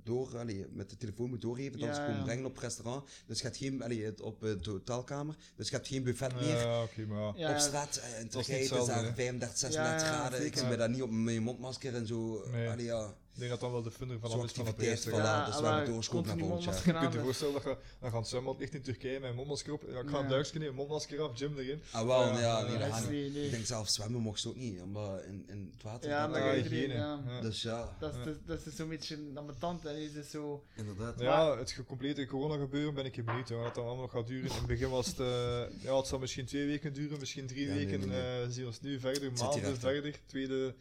Speaker 3: door, allee, met de telefoon moet doorgeven, dat
Speaker 2: Ja,
Speaker 3: ze komen
Speaker 2: ja.
Speaker 3: brengen op het restaurant. Dus je hebt geen, allee, het- op eh, de hotelkamer, dus je hebt geen buffet meer.
Speaker 1: Ja, oké, maar ja.
Speaker 2: Ja,
Speaker 3: op
Speaker 2: ja.
Speaker 3: straat, eh, in Turkije
Speaker 1: niet
Speaker 3: het is
Speaker 1: hetzelfde,
Speaker 3: daar
Speaker 1: hè?
Speaker 3: 35, 36
Speaker 2: Ja, ja,
Speaker 3: graden. Ik
Speaker 2: zeker.
Speaker 3: zit me daar niet op mijn mondmasker en zo.
Speaker 1: Nee.
Speaker 3: Allee, ja.
Speaker 1: Ik denk dat dan wel de funder van
Speaker 3: Zo'n
Speaker 1: alles van het
Speaker 3: activiteit
Speaker 1: eerste
Speaker 3: van
Speaker 1: gaat.
Speaker 3: voilà,
Speaker 2: Ja,
Speaker 3: dus we
Speaker 2: maar
Speaker 3: hebben doorgeschoten
Speaker 2: continu
Speaker 3: naar volgend jaar.
Speaker 2: mondmasker
Speaker 1: Je kunt je
Speaker 2: aan,
Speaker 1: voorstellen dat je dan gaan zwembad ligt in Turkije met een mondmasker op. Ja, ik ga een
Speaker 2: Ja.
Speaker 1: duikje nemen, mondmasker af, gym erin.
Speaker 3: Ah, wel,
Speaker 1: Ja,
Speaker 3: ja,
Speaker 1: ja,
Speaker 3: nee,
Speaker 1: ja.
Speaker 3: dat
Speaker 2: dat
Speaker 3: gaat
Speaker 2: is
Speaker 3: niet.
Speaker 2: niet- nee.
Speaker 3: Ik denk zelf zwemmen mocht ze ook niet, omdat in, in het water.
Speaker 2: Ja,
Speaker 3: dat-
Speaker 2: maar
Speaker 1: Ja,
Speaker 2: iedereen,
Speaker 1: hygiëne.
Speaker 2: ja.
Speaker 1: Ja.
Speaker 3: Dus ja,
Speaker 2: Dat is, dat, dat is zo'n beetje ambetant en is het zo.
Speaker 3: inderdaad.
Speaker 1: Ja, het ge- complete corona-gebeuren ben ik hier benieuwd hoor. Wat dat allemaal nog gaat duren. In het begin was het, eh, ja, het zal misschien twee weken duren, misschien drie
Speaker 3: Ja, nee,
Speaker 1: weken.
Speaker 3: nee, nee.
Speaker 1: eh, zien we ons nu verder,
Speaker 3: zit hier
Speaker 1: maanden
Speaker 3: echt op.
Speaker 1: verder. Tweede,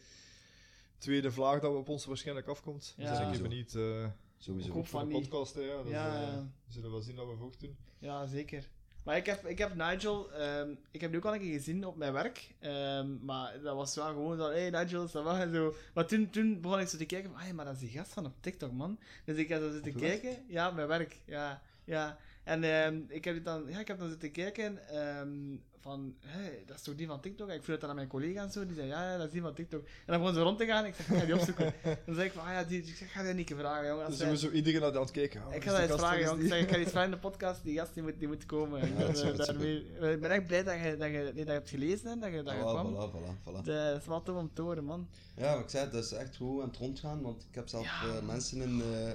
Speaker 1: tweede vlaag dat op ons waarschijnlijk afkomt.
Speaker 2: Ja.
Speaker 1: Dus ik ben
Speaker 3: Sowieso.
Speaker 1: benieuwd. eh
Speaker 3: Sowieso.
Speaker 2: Ik
Speaker 1: ook
Speaker 2: hoop
Speaker 1: voor
Speaker 2: van
Speaker 1: de
Speaker 2: niet.
Speaker 1: podcast, hè, ja. Dus,
Speaker 2: Ja,
Speaker 1: eh,
Speaker 2: ja.
Speaker 1: we zullen wel zien dat we voort doen.
Speaker 2: Ja, zeker. Maar ik heb, ik heb Nigel, ehm, ik heb die ook al een keer gezien op mijn werk. ehm, maar dat was wel gewoon zo, hey Nigel, ça va en zo. Maar toen, toen begon ik zo te kijken, van, ah ja, maar dat is die gast van op TikTok, man. Dus ik heb zo zitten
Speaker 3: Op je werk?
Speaker 2: kijken. Ja, op mijn werk, ja. ja. En ehm, ik, heb dit dan, ja, ik heb dan zitten kijken ehm, van, hé, dat is toch die van TikTok? En ik vroeg het dan aan mijn collega en zo, die zei, ja, ja, dat is die van TikTok. En dan begon ze rond te gaan, ik zeg, ik ga die opzoeken. en dan zei ik van, ah ja, die, ik zeg, ga die niet vragen, jongen.
Speaker 1: Dus
Speaker 2: Als
Speaker 1: sowieso iedereen aan het kijken. Ah,
Speaker 2: ik ga dat eens vragen, jong. Ik zeg, ik ga iets vragen in de podcast. Die gast die moet, die moet komen. Ik ben,
Speaker 3: dat is
Speaker 2: eh,
Speaker 3: goed, dat is
Speaker 2: daarmee- ik ben echt blij dat je, dat je, nee, dat je hebt gelezen en dat je, dat je
Speaker 3: Ah,
Speaker 2: kwam.
Speaker 3: voilà, voilà, voilà.
Speaker 2: Het, eh, Dat is wel tof om te horen, man.
Speaker 3: Ja, wat ik zei, dat is echt goed aan het rondgaan, want ik heb zelf eh, mensen in, eh,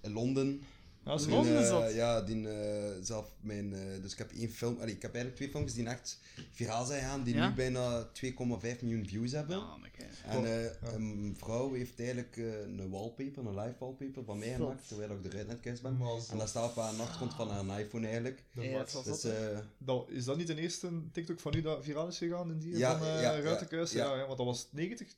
Speaker 3: in Londen.
Speaker 1: Ja,
Speaker 3: die,
Speaker 1: ze-
Speaker 2: Oh, Londen
Speaker 3: eh,
Speaker 2: zat.
Speaker 3: ja, die eh, zelf mijn. eh, dus ik heb één film, allee, ik heb eigenlijk twee films die echt viraal zijn gaan, die
Speaker 2: Ja? Ah.
Speaker 3: nu bijna 2,5 miljoen views hebben. En
Speaker 1: Cool.
Speaker 3: eh, een vrouw heeft eigenlijk eh, een wallpaper, een live wallpaper van mij
Speaker 2: Zot.
Speaker 3: gemaakt, terwijl ik eruit net kerst ben.
Speaker 1: Maar
Speaker 3: En
Speaker 1: zo-
Speaker 3: dat staat op haar nachtkant van haar iPhone eigenlijk.
Speaker 1: de
Speaker 2: Ja,
Speaker 1: max.
Speaker 2: het was-
Speaker 3: Dus
Speaker 2: zot,
Speaker 3: eh,
Speaker 1: Dat- Is dat niet de eerste TikTok van u dat viraal is gegaan in die
Speaker 3: Ja,
Speaker 1: van eh
Speaker 3: ja, ja,
Speaker 1: Ruitenkuis? Ja,
Speaker 3: ja.
Speaker 1: ja, want dat was 90.000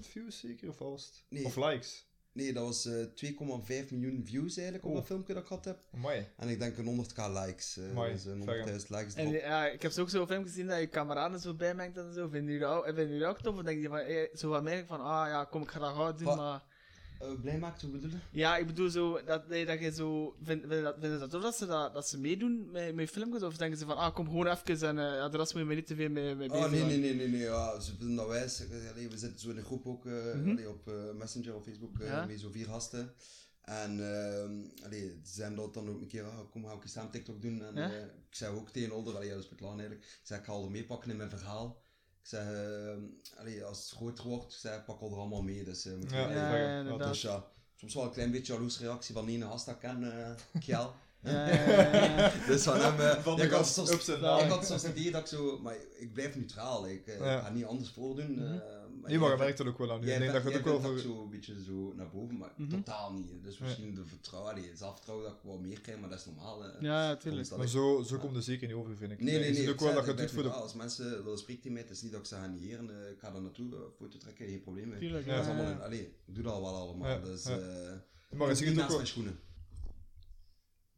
Speaker 1: views zeker? Of, wat was het?
Speaker 3: Nee.
Speaker 1: of likes?
Speaker 3: nee, dat was eh, 2,5 miljoen views eigenlijk op
Speaker 1: Oh.
Speaker 3: dat filmpje dat ik had heb.
Speaker 1: Mooi.
Speaker 3: En ik denk een 100k likes. eh
Speaker 1: Amai,
Speaker 3: dus een
Speaker 1: ver,
Speaker 3: 100.000 likes
Speaker 2: En
Speaker 3: erop.
Speaker 2: ja, ik heb zo ook zo'n film gezien dat je kameraden zo bijmengt en zo. Vinden jullie dat ook- vinden jullie dat ook tof? Of denk je van, eh, zo wat merk van, ah ja, kom, ik ga dat gauw doen,
Speaker 3: Wat?
Speaker 2: maar...
Speaker 3: Eh, blij maakt, hoe bedoel je?
Speaker 2: Ja, ik bedoel zo, dat, nee, dat je zo... Vind, vind, je dat- vinden ze dat tof dat ze, dat, dat ze meedoen met, met filmpjes? Of denken ze van, ah, kom gewoon even en eh, ja, de rest moet je me niet te veel mee, mee bezig
Speaker 3: Oh nee, nee,
Speaker 2: houden?
Speaker 3: nee, nee, nee. Ja, ze doen dat wijs. Eh, allee, we zitten zo in een groep ook eh, allee, op eh, Messenger of Facebook eh,
Speaker 2: Mhm. Ja.
Speaker 3: met zo'n vier gasten. En ehm allee, ze zijn dat dan ook een keer, ah, kom, ga ik eens samen TikTok doen. En
Speaker 2: Ja.
Speaker 3: eh, ik zei ook tegen Older, allee, ja, dat is met Laan eigenlijk. Ik zei, ik ga Older meepakken in mijn verhaal. Ik zeg, ehm, allee, als het groter wordt, ik zei, pak Older allemaal mee. Dus, eh, moet je-
Speaker 1: Ja,
Speaker 3: allee,
Speaker 1: ja,
Speaker 2: Ja, ja,
Speaker 3: ja,
Speaker 2: inderdaad.
Speaker 3: dus ja, soms wel een klein beetje jaloers reactie van ene gast dat ik ken, eh, Kjell.
Speaker 2: Ja, ja, ja, ja.
Speaker 3: Dus van hem, eh,
Speaker 1: Van de
Speaker 3: ik had
Speaker 1: gast,
Speaker 3: soms-
Speaker 1: ups en
Speaker 3: ik
Speaker 1: downs.
Speaker 3: had soms het idee dat ik zo, maar ik blijf neutraal. Ik eh,
Speaker 1: Ja. Mhm.
Speaker 3: ga niet anders voordoen. eh, maar
Speaker 1: Nee, maar je
Speaker 3: jij-
Speaker 1: merkt dat ook wel aan. u.
Speaker 3: jij
Speaker 1: Ik denk dat
Speaker 3: bent-
Speaker 1: je het
Speaker 3: jij
Speaker 1: ook wel Mhm.
Speaker 3: bent ook
Speaker 1: voor...
Speaker 3: zo een beetje zo naar boven, maar totaal niet. Dus misschien de vertrouwen, allee, het zelfvertrouwen dat ik wel meer krijg, maar dat is normaal. eh,
Speaker 2: Ja, ja,
Speaker 3: soms
Speaker 2: tuurlijk.
Speaker 3: dat
Speaker 1: Maar
Speaker 3: ik-
Speaker 1: zo, zo komt het zeker niet over, vind ik.
Speaker 3: Nee, nee, nee.
Speaker 1: Het is
Speaker 3: ik
Speaker 1: ook wel
Speaker 3: zei,
Speaker 1: dat je
Speaker 3: ik
Speaker 1: het doet
Speaker 3: blijf
Speaker 1: voor de...
Speaker 3: neutraal. Als mensen willen spreken tegen mij, het is niet dat ik ze ga negeren. eh, ik ga er naartoe, eh, foto trekken, geen probleem. mee.
Speaker 2: Tuurlijk,
Speaker 1: Ja,
Speaker 3: Dat is
Speaker 2: ja,
Speaker 3: allemaal
Speaker 2: ja.
Speaker 3: in- allee, ik doe dat wel allemaal.
Speaker 1: Ja,
Speaker 3: Dus,
Speaker 1: ja.
Speaker 3: eh
Speaker 1: Maar
Speaker 3: ik
Speaker 1: het
Speaker 3: doe
Speaker 1: is
Speaker 3: niet
Speaker 1: ook
Speaker 3: naast
Speaker 1: wel...
Speaker 3: mijn schoenen.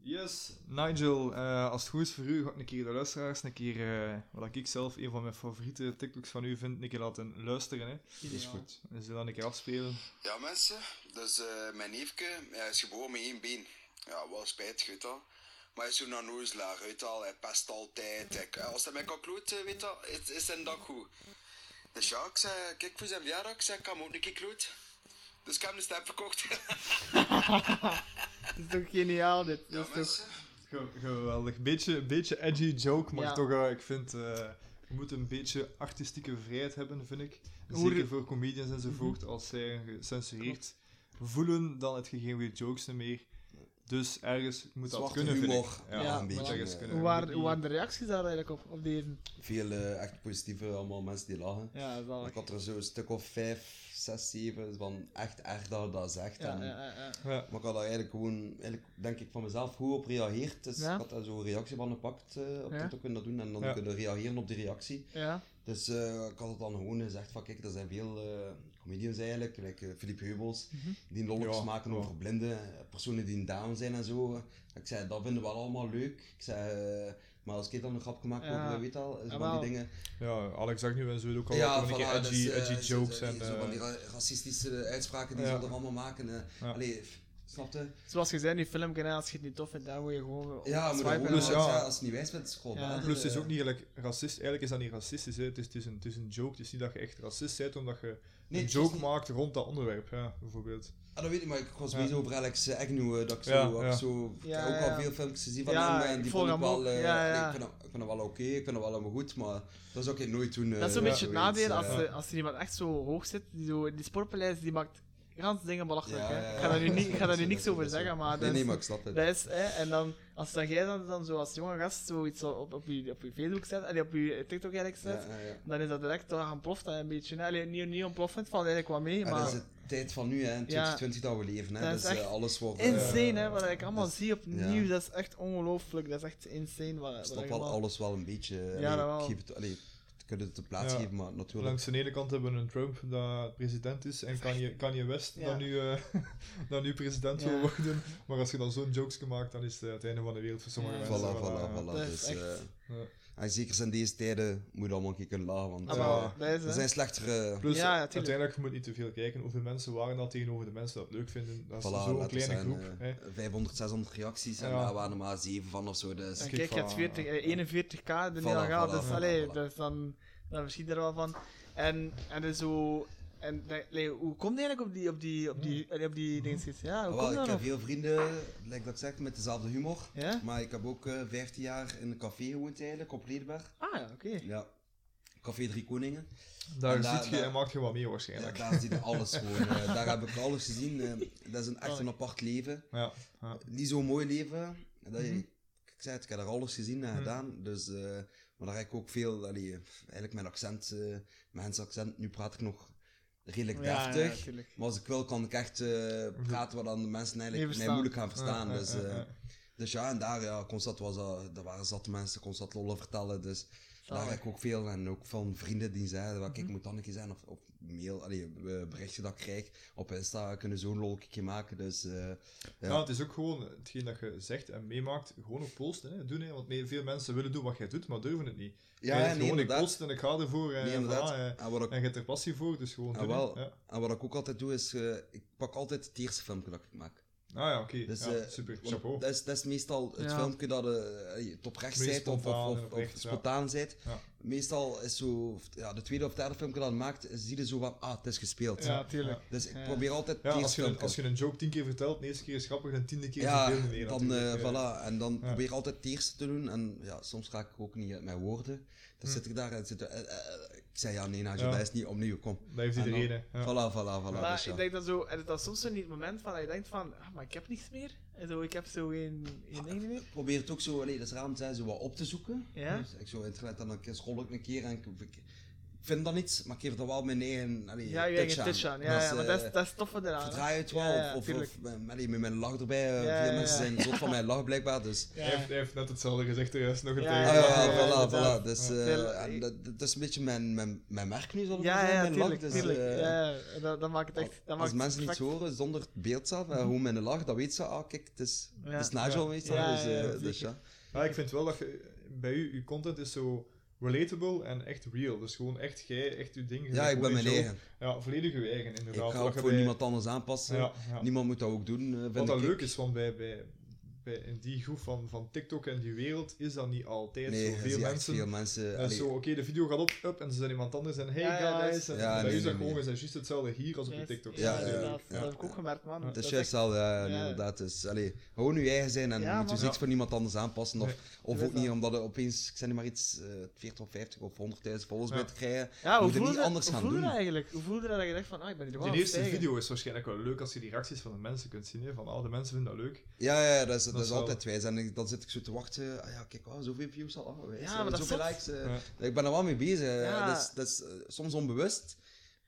Speaker 1: Yes, Nigel, eh, als het goed is voor u, ga ik een keer de luisteraars, een keer, eh, wat ik zelf een van mijn favoriete TikToks van u vind, een keer laten luisteren. Hè.
Speaker 3: Dat is goed.
Speaker 1: We zullen dat een keer afspelen.
Speaker 5: Ja, mensen, dus eh, mijn neefje hij is geboren met één been. Ja, wel spijtig, weet dat. Maar hij is zo'n onnozelaar, weet dat. Hij pest altijd. Hij- als hij mij kan kloten, eh, weet dat, is, is zijn dag goed. Dus ja, ik zei, kijk voor zijn verjaardag, ik zei, ik kan hem ook een keer kloten. Dus ik heb hem de step verkocht.
Speaker 2: Dat is toch geniaal, dit.
Speaker 5: Ja,
Speaker 2: Dat is toch...
Speaker 5: mensen.
Speaker 1: Ge- geweldig. Beetje, beetje edgy joke, maar
Speaker 2: Ja.
Speaker 1: toch, eh, ik vind, eh, je moet een beetje artistieke vrijheid hebben, vind ik.
Speaker 2: Hoe-
Speaker 1: Zeker voor comedians enzovoort, als zij gecensureerd voelen, dan het je geen goede jokes meer. Dus ergens moet dat
Speaker 3: Zwarte
Speaker 1: kunnen, vind ik.
Speaker 3: humor,
Speaker 1: Ja,
Speaker 2: ja,
Speaker 1: een beetje.
Speaker 2: voilà.
Speaker 1: Ergens kunnen.
Speaker 2: Hoe waren,
Speaker 1: Je
Speaker 2: hoe
Speaker 1: moet
Speaker 2: waren de reacties daar eigenlijk op, op deze?
Speaker 3: Veel eh, echt positieve, allemaal mensen die lachen.
Speaker 2: Ja,
Speaker 3: Maar
Speaker 2: zalig.
Speaker 3: Ik had er zo een stuk of vijf, zes, zeven van echt erg dat dat zegt.
Speaker 2: Ja,
Speaker 3: en,
Speaker 2: ja, ja, ja.
Speaker 1: niet- Ja.
Speaker 3: Maar ik had daar eigenlijk gewoon, eigenlijk, denk ik, van mezelf goed op reageerd. Dus
Speaker 2: Ja.
Speaker 3: ik had daar zo'n reactie van gepakt eh op
Speaker 2: Ja.
Speaker 3: TikTok kunnen doen en dan
Speaker 1: Ja.
Speaker 3: kunnen reageren op die reactie.
Speaker 2: ja.
Speaker 3: Dus eh, ik had het dan gewoon gezegd van kijk, er zijn veel eh, comedians eigenlijk, like eh, Philippe Heubels,
Speaker 2: Mhm.
Speaker 3: die lolletjes
Speaker 1: Ja,
Speaker 3: maken
Speaker 1: ja.
Speaker 3: over blinden, eh, personen die down zijn en zo. Ik zei, dat vinden we wel allemaal leuk. Ik zei, eh, maar als ik dan een grap gemaakt
Speaker 2: Ja. Ah,
Speaker 3: over, dat weet al, eh, zo van
Speaker 2: Jawel.
Speaker 3: die dingen.
Speaker 1: ja, Alex zegt nu en zo ook al dat we een keer
Speaker 3: voilà,
Speaker 1: edgy,
Speaker 3: dus, eh,
Speaker 1: edgy
Speaker 3: zo-
Speaker 1: jokes
Speaker 3: zo-
Speaker 1: en...
Speaker 3: Zo van die
Speaker 1: eh,
Speaker 3: ra- racistische uitspraken die
Speaker 1: Ja.
Speaker 3: ze er allemaal maken. eh.
Speaker 1: Ja.
Speaker 3: Allee, f- Snap je?
Speaker 2: Zoals je zei, die filmpje, hè, als je het niet tof vindt, dan moet je gewoon op
Speaker 3: Ja, maar
Speaker 2: swipen
Speaker 3: gewoon,
Speaker 2: en
Speaker 1: dus
Speaker 3: dus,
Speaker 2: dan-
Speaker 1: ja.
Speaker 3: ja. als je niet wijs bent, is het gewoon
Speaker 2: Ja.
Speaker 3: balen,
Speaker 1: Plus, het is
Speaker 3: eh.
Speaker 1: ook niet eigenlijk racist. Eigenlijk is dat niet racistisch. Hè. Het, is, het, is een, het is een joke. Het is niet dat je echt racist bent, omdat je
Speaker 3: Nee,
Speaker 1: een
Speaker 3: het is
Speaker 1: joke
Speaker 3: niet-
Speaker 1: maakt rond dat onderwerp, ja, bijvoorbeeld.
Speaker 3: Ah, dat weet ik, maar ik was sowieso over Alex eh, Agnew, eh, dat ik zo,
Speaker 1: Ja,
Speaker 3: dat ik
Speaker 1: ja.
Speaker 3: zo ik
Speaker 2: Ja,
Speaker 3: heb ook
Speaker 2: ja.
Speaker 3: al veel filmpjes gezien van
Speaker 2: Ja,
Speaker 3: hem en
Speaker 2: ik
Speaker 3: die
Speaker 2: volg
Speaker 3: vond ik
Speaker 2: hem
Speaker 3: wel,
Speaker 2: ook.
Speaker 3: eh,
Speaker 2: Ja,
Speaker 3: nee,
Speaker 2: ja.
Speaker 3: ik vind dat- ik vind dat wel oké, ik vind dat wel allemaal goed, maar dat zou ik nooit doen.
Speaker 2: Dat is een
Speaker 1: Ja,
Speaker 2: beetje het nadeel als,
Speaker 3: ze
Speaker 2: eh, als er iemand echt zo hoog zit. Die, zo, die sportpaleis die maakt gans dingen belachelijk.
Speaker 3: Ja,
Speaker 2: hè.
Speaker 3: ja, ja.
Speaker 2: Ik ga daar nu,
Speaker 3: Dat
Speaker 2: niet,
Speaker 3: is
Speaker 2: ik ga daar nu
Speaker 3: waar, dat
Speaker 2: niks
Speaker 3: is waar,
Speaker 2: over
Speaker 3: dat is
Speaker 2: zeggen,
Speaker 3: waar.
Speaker 2: maar
Speaker 3: Nee,
Speaker 2: dat
Speaker 3: nee,
Speaker 2: is,
Speaker 3: maar ik snap het.
Speaker 2: dat is hè, en dan, als dan jij dan, dan zo als jonge gast zoiets op, op, je, op je Facebook zet, en op je TikTok eigenlijk zet,
Speaker 3: Ja, ja, ja.
Speaker 2: dan is dat direct, dan ontploft dat een beetje. hè. Allee, niet, niet ontploft, het valt eigenlijk wat mee,
Speaker 3: Ja,
Speaker 2: maar...
Speaker 3: dat is de tijd van nu, hè, in 2020 dat we leven. Hè.
Speaker 2: Dat
Speaker 3: Dat
Speaker 2: is
Speaker 3: is, eh,
Speaker 2: echt
Speaker 3: alles wordt. eh,
Speaker 2: Insane, hè, wat ik allemaal zie opnieuw,
Speaker 3: ja.
Speaker 2: dat is echt ongelooflijk, dat is echt insane. Wat,
Speaker 3: ik
Speaker 2: wat
Speaker 3: snap
Speaker 2: ik
Speaker 3: wel
Speaker 2: allemaal-
Speaker 3: alles wel een beetje. eh,
Speaker 2: Ja,
Speaker 3: allee,
Speaker 2: dat wel.
Speaker 3: ik Geef het, allee, we kunnen het de plaats
Speaker 1: Ja.
Speaker 3: geven, maar natuurlijk.
Speaker 1: Langs de ene kant hebben we een Trump dat president is en Kanye, Kanye West
Speaker 2: Ja.
Speaker 1: dat, nu, eh, dat nu president
Speaker 2: Ja.
Speaker 1: wil worden. Maar als je dan zo'n jokes kan maken, dan is het, eh, het einde van de wereld voor sommige
Speaker 2: Ja.
Speaker 1: mensen.
Speaker 3: Voilà,
Speaker 1: ja.
Speaker 3: voilà, voilà.
Speaker 2: Dat is
Speaker 3: Dus,
Speaker 2: echt-
Speaker 3: eh,
Speaker 1: Ja.
Speaker 3: en zeker in deze tijden moet je allemaal een keer kunnen lachen. Want
Speaker 2: Ah,
Speaker 1: Ja.
Speaker 2: maar dat
Speaker 3: eh, er
Speaker 2: is, hè.
Speaker 3: zijn slechtere.
Speaker 1: Plus,
Speaker 2: Ja, ja, tuurlijk.
Speaker 1: uiteindelijk je moet niet te veel kijken hoeveel mensen waren dat tegenover de mensen dat het leuk vinden. Dat is
Speaker 3: Voilà,
Speaker 1: zo'n
Speaker 3: laat het
Speaker 1: kleine
Speaker 3: zijn,
Speaker 1: groep.
Speaker 3: eh,
Speaker 1: hè.
Speaker 3: 500, 600 reacties en
Speaker 1: Ja.
Speaker 3: daar waren er maar 7 van of zo. Dus
Speaker 2: En
Speaker 1: Kijk,
Speaker 2: kijk, je hebt
Speaker 1: voilà.
Speaker 2: 40, eh, 41k de
Speaker 3: Voilà,
Speaker 2: gaat,
Speaker 3: voilà,
Speaker 2: dus,
Speaker 3: voilà,
Speaker 2: allee,
Speaker 3: voilà.
Speaker 2: dus dan, dan verschiet er wel van. En, en dus zo... En, dan- allee, hoe komt je eigenlijk op die, op die, op die, allee, op die dingetjes? Ja, hoe
Speaker 3: Mhm. Ah, Wel,
Speaker 2: komt
Speaker 3: ik
Speaker 2: dat
Speaker 3: heb
Speaker 2: nog?
Speaker 3: veel vrienden, lijkt dat ik zeg, met dezelfde humor.
Speaker 2: Ja?
Speaker 3: Maar ik heb ook eh, 15 jaar in een café gewoond eigenlijk, op Leedberg.
Speaker 2: Ah, ja, oké.
Speaker 3: Ja. Café Drie Koningen.
Speaker 1: Daar
Speaker 3: en daar-
Speaker 1: ziet je
Speaker 3: daar-
Speaker 1: en maakt je wat mee
Speaker 3: Ja,
Speaker 1: waarschijnlijk.
Speaker 3: daar zie je alles gewoon. eh, daar heb ik alles gezien. eh, dat is een, echt een apart leven.
Speaker 1: Ja.
Speaker 3: Niet zo'n mooi leven. Dat je, Ik zei het, ik heb daar alles gezien en gedaan. Dus, eh, maar daar heb ik ook veel, allee, eigenlijk mijn accent, eh, mijn Gentse accent, nu praat ik nog redelijk
Speaker 2: Ja, ja,
Speaker 3: deftig.
Speaker 2: natuurlijk.
Speaker 3: maar als ik wil, kan ik echt eh, praten wat dan de mensen
Speaker 2: Nee,
Speaker 3: eigenlijk mij
Speaker 2: verstaan.
Speaker 3: moeilijk gaan verstaan.
Speaker 1: Ja, ja,
Speaker 3: dus,
Speaker 1: ja,
Speaker 3: eh,
Speaker 1: ja.
Speaker 3: dus ja, en daar, ja, constant was dat, daar waren zat mensen constant lollen vertellen. Dus daar heb ik ook veel en ook van vrienden die zeiden, wat ik moet dan een keer zijn, of op mail, allee, eh, berichtje dat ik krijg, op Insta kunnen zo'n lolkje maken. Dus eh,
Speaker 1: Ja.
Speaker 3: Ja.
Speaker 1: Nou, het is ook gewoon hetgeen dat je zegt en meemaakt, gewoon op posten. Hè. Doen, hè. Want me- veel mensen willen doen wat jij doet, maar durven het niet.
Speaker 3: ja,
Speaker 1: Jij zegt
Speaker 3: nee,
Speaker 1: gewoon, ik
Speaker 3: inderdaad.
Speaker 1: post en ik ga ervoor. En,
Speaker 3: Nee, inderdaad.
Speaker 1: voilà, eh,
Speaker 3: En wat ik
Speaker 1: en je hebt er passie voor, dus gewoon
Speaker 3: Ah,
Speaker 1: doen. hè.
Speaker 3: wel.
Speaker 1: Ja.
Speaker 3: En wat ik ook altijd doe, is eh, ik pak altijd het eerste filmpje dat ik maak.
Speaker 1: Ah ja, oké.
Speaker 3: Dus,
Speaker 1: ja,
Speaker 3: eh,
Speaker 1: super,
Speaker 3: Want
Speaker 1: chapeau.
Speaker 3: Dat is, dat is meestal het
Speaker 2: Ja.
Speaker 3: filmpje dat eh, eh, het oprecht
Speaker 1: Meest
Speaker 3: zijt of, of,
Speaker 1: spontaan
Speaker 3: of,
Speaker 1: en
Speaker 3: of
Speaker 1: oprecht, ja.
Speaker 3: spontaan zijt.
Speaker 1: Ja.
Speaker 3: Meestal is zo, ja, de tweede of derde filmpje dat je maakt, zie je zo van, ah, het is gespeeld.
Speaker 2: Ja, tuurlijk.
Speaker 3: Dus ik
Speaker 2: Ja.
Speaker 3: probeer altijd
Speaker 1: Ja,
Speaker 3: het
Speaker 1: als
Speaker 3: eerste
Speaker 1: je, een,
Speaker 3: filmpje.
Speaker 1: als je een joke tien keer vertelt, de eerste keer is grappig en de tiende keer
Speaker 3: Ja,
Speaker 1: is het veel meer.
Speaker 3: dan, eh,
Speaker 1: natuurlijk, eh.
Speaker 3: voilà. En dan
Speaker 1: Ja.
Speaker 3: probeer ik altijd het eerste te doen. En ja, soms ga ik ook niet uit mijn woorden. Dan zit ik daar en zit, eh, eh, eh, ik zei, ja, nee, nou,
Speaker 1: Hm. Ja.
Speaker 3: dat is niet opnieuw, kom.
Speaker 1: Dat heeft
Speaker 3: En dan-
Speaker 1: iedereen, hè. Ja.
Speaker 3: Voilà, voilà, voilà.
Speaker 2: Maar
Speaker 3: dus ja.
Speaker 2: ik denk dat zo, en dat is soms zo niet het moment van dat je denkt van, ah, maar ik heb niks meer. En zo, ik heb zo geen, geen ding meer.
Speaker 3: Ik probeer het ook zo, allee, dat is raam zijn, zo wat op te zoeken.
Speaker 2: Ja.
Speaker 3: Dus ik zo internet en dan scroll ik een keer en ik, ik vind dan iets, maar ik geef er wel mijn eigen, allee,
Speaker 2: Ja, je eigen touch aan. Ja,
Speaker 3: Dus,
Speaker 2: ja, maar dat is,
Speaker 3: eh,
Speaker 2: dat is tof eraan. hè.
Speaker 3: Verdraai het wel,
Speaker 2: Ja, ja,
Speaker 3: of, of,
Speaker 2: tuurlijk.
Speaker 3: of eh, allee, met mijn lach erbij. eh,
Speaker 2: Ja,
Speaker 3: veel
Speaker 2: ja,
Speaker 3: mensen
Speaker 2: ja.
Speaker 3: zijn zot van mijn lach blijkbaar, dus...
Speaker 2: Ja.
Speaker 1: Hij, heeft, hij heeft net hetzelfde gezegd, er is nog een
Speaker 2: Ja,
Speaker 1: tijd.
Speaker 3: Ah,
Speaker 2: ja, ja,
Speaker 3: Ja,
Speaker 2: ja,
Speaker 3: voilà,
Speaker 2: inderdaad.
Speaker 3: voilà. Dus, eh,
Speaker 2: Ja.
Speaker 3: en dat, dat is een beetje mijn, mijn, mijn merk nu, zal ik maar
Speaker 2: Ja,
Speaker 3: zeggen,
Speaker 2: ja,
Speaker 3: mijn
Speaker 2: tuurlijk,
Speaker 3: lach. Dus,
Speaker 2: tuurlijk.
Speaker 3: eh,
Speaker 2: ja, ja, dat, dat maakt het echt... Dat maakt
Speaker 3: Als
Speaker 2: het
Speaker 3: mensen
Speaker 2: perfect.
Speaker 3: niet horen zonder het beeld zelf, en hoe mijn lach, dat weet ze, ah kijk, het is,
Speaker 2: Ja.
Speaker 3: het is Nigel
Speaker 1: Ja.
Speaker 3: meestal,
Speaker 2: Ja,
Speaker 3: dus,
Speaker 2: ja,
Speaker 3: eh,
Speaker 2: ja,
Speaker 3: dus
Speaker 2: zeker.
Speaker 3: ja.
Speaker 1: Ja, Ah, ik vind wel dat je, bij u, uw content is zo relatable en echt real. Dus gewoon echt jij, echt uw ding. Je
Speaker 3: Ja,
Speaker 1: bent
Speaker 3: ik ben
Speaker 1: gewoon
Speaker 3: mijn
Speaker 1: echt zo-
Speaker 3: eigen.
Speaker 1: Ja, volledig uw eigen,
Speaker 3: Ik
Speaker 1: inderdaad.
Speaker 3: ga
Speaker 1: Wat
Speaker 3: ook
Speaker 1: je
Speaker 3: voor
Speaker 1: bij-
Speaker 3: niemand anders aanpassen.
Speaker 1: Ja, ja.
Speaker 3: Niemand moet dat ook doen, eh, vind
Speaker 1: Wat dat
Speaker 3: ik.
Speaker 1: leuk is, van bij, bij, bij, in die groep van, van TikTok en die wereld, is dat niet altijd
Speaker 3: Nee,
Speaker 1: zo.
Speaker 3: er
Speaker 1: Veel
Speaker 3: zijn echt
Speaker 1: mensen...
Speaker 3: veel mensen.
Speaker 1: eh,
Speaker 3: allee,
Speaker 1: zo, oké, de video gaat op, up, en ze zijn iemand anders en hey
Speaker 2: Ja, ja, dat
Speaker 1: guys.
Speaker 2: is-
Speaker 1: En
Speaker 3: Ja,
Speaker 1: bij
Speaker 3: nee,
Speaker 1: u is dat
Speaker 3: nee,
Speaker 1: gewoon
Speaker 3: nee.
Speaker 1: zijn juist hetzelfde hier als op je TikTok.
Speaker 2: Ja,
Speaker 3: Ja, ja,
Speaker 2: inderdaad.
Speaker 3: ja.
Speaker 2: Dat heb ik ook gemerkt, man.
Speaker 3: Het is
Speaker 2: Dat
Speaker 3: juist al, ja,
Speaker 2: ja.
Speaker 3: inderdaad. Dus, allee, gewoon je eigen zijn en
Speaker 2: Ja,
Speaker 3: niet
Speaker 2: man.
Speaker 3: dus
Speaker 1: Ja.
Speaker 3: iets voor niemand anders aanpassen. Of,
Speaker 1: Nee.
Speaker 3: of
Speaker 2: weet
Speaker 3: ook niet omdat er opeens, ik zeg niet maar iets, eh 40 of 50 of 100.000 volgers
Speaker 1: Ja.
Speaker 3: bij te krijgen.
Speaker 2: Ja, hoe
Speaker 3: Moet je
Speaker 2: voelde
Speaker 3: niet
Speaker 2: dat-
Speaker 3: anders
Speaker 2: hoe
Speaker 3: gaan
Speaker 2: voelde
Speaker 3: doen?
Speaker 2: dat eigenlijk? Hoe voelde dat dat je dacht van, ah, ik ben hier wel
Speaker 1: Die
Speaker 2: aan het
Speaker 1: eerste
Speaker 2: stijgen?
Speaker 1: video is waarschijnlijk wel leuk als je die reacties van de mensen kunt zien. Hè? Van, ah, de mensen vinden dat leuk.
Speaker 3: Ja, ja, dat is, dat
Speaker 1: is
Speaker 3: is
Speaker 1: wel-
Speaker 3: altijd wijs. En ik- dan zit ik zo te wachten. Ah, ja, kijk, oh, zoveel views al. Oh, wijs,
Speaker 2: Ja,
Speaker 3: eh,
Speaker 2: maar dat is
Speaker 3: zoveel
Speaker 2: zot.
Speaker 3: likes. eh.
Speaker 1: Ja.
Speaker 3: Ik ben er wel mee bezig. eh.
Speaker 2: Ja.
Speaker 3: Dat is, dat is eh, soms onbewust.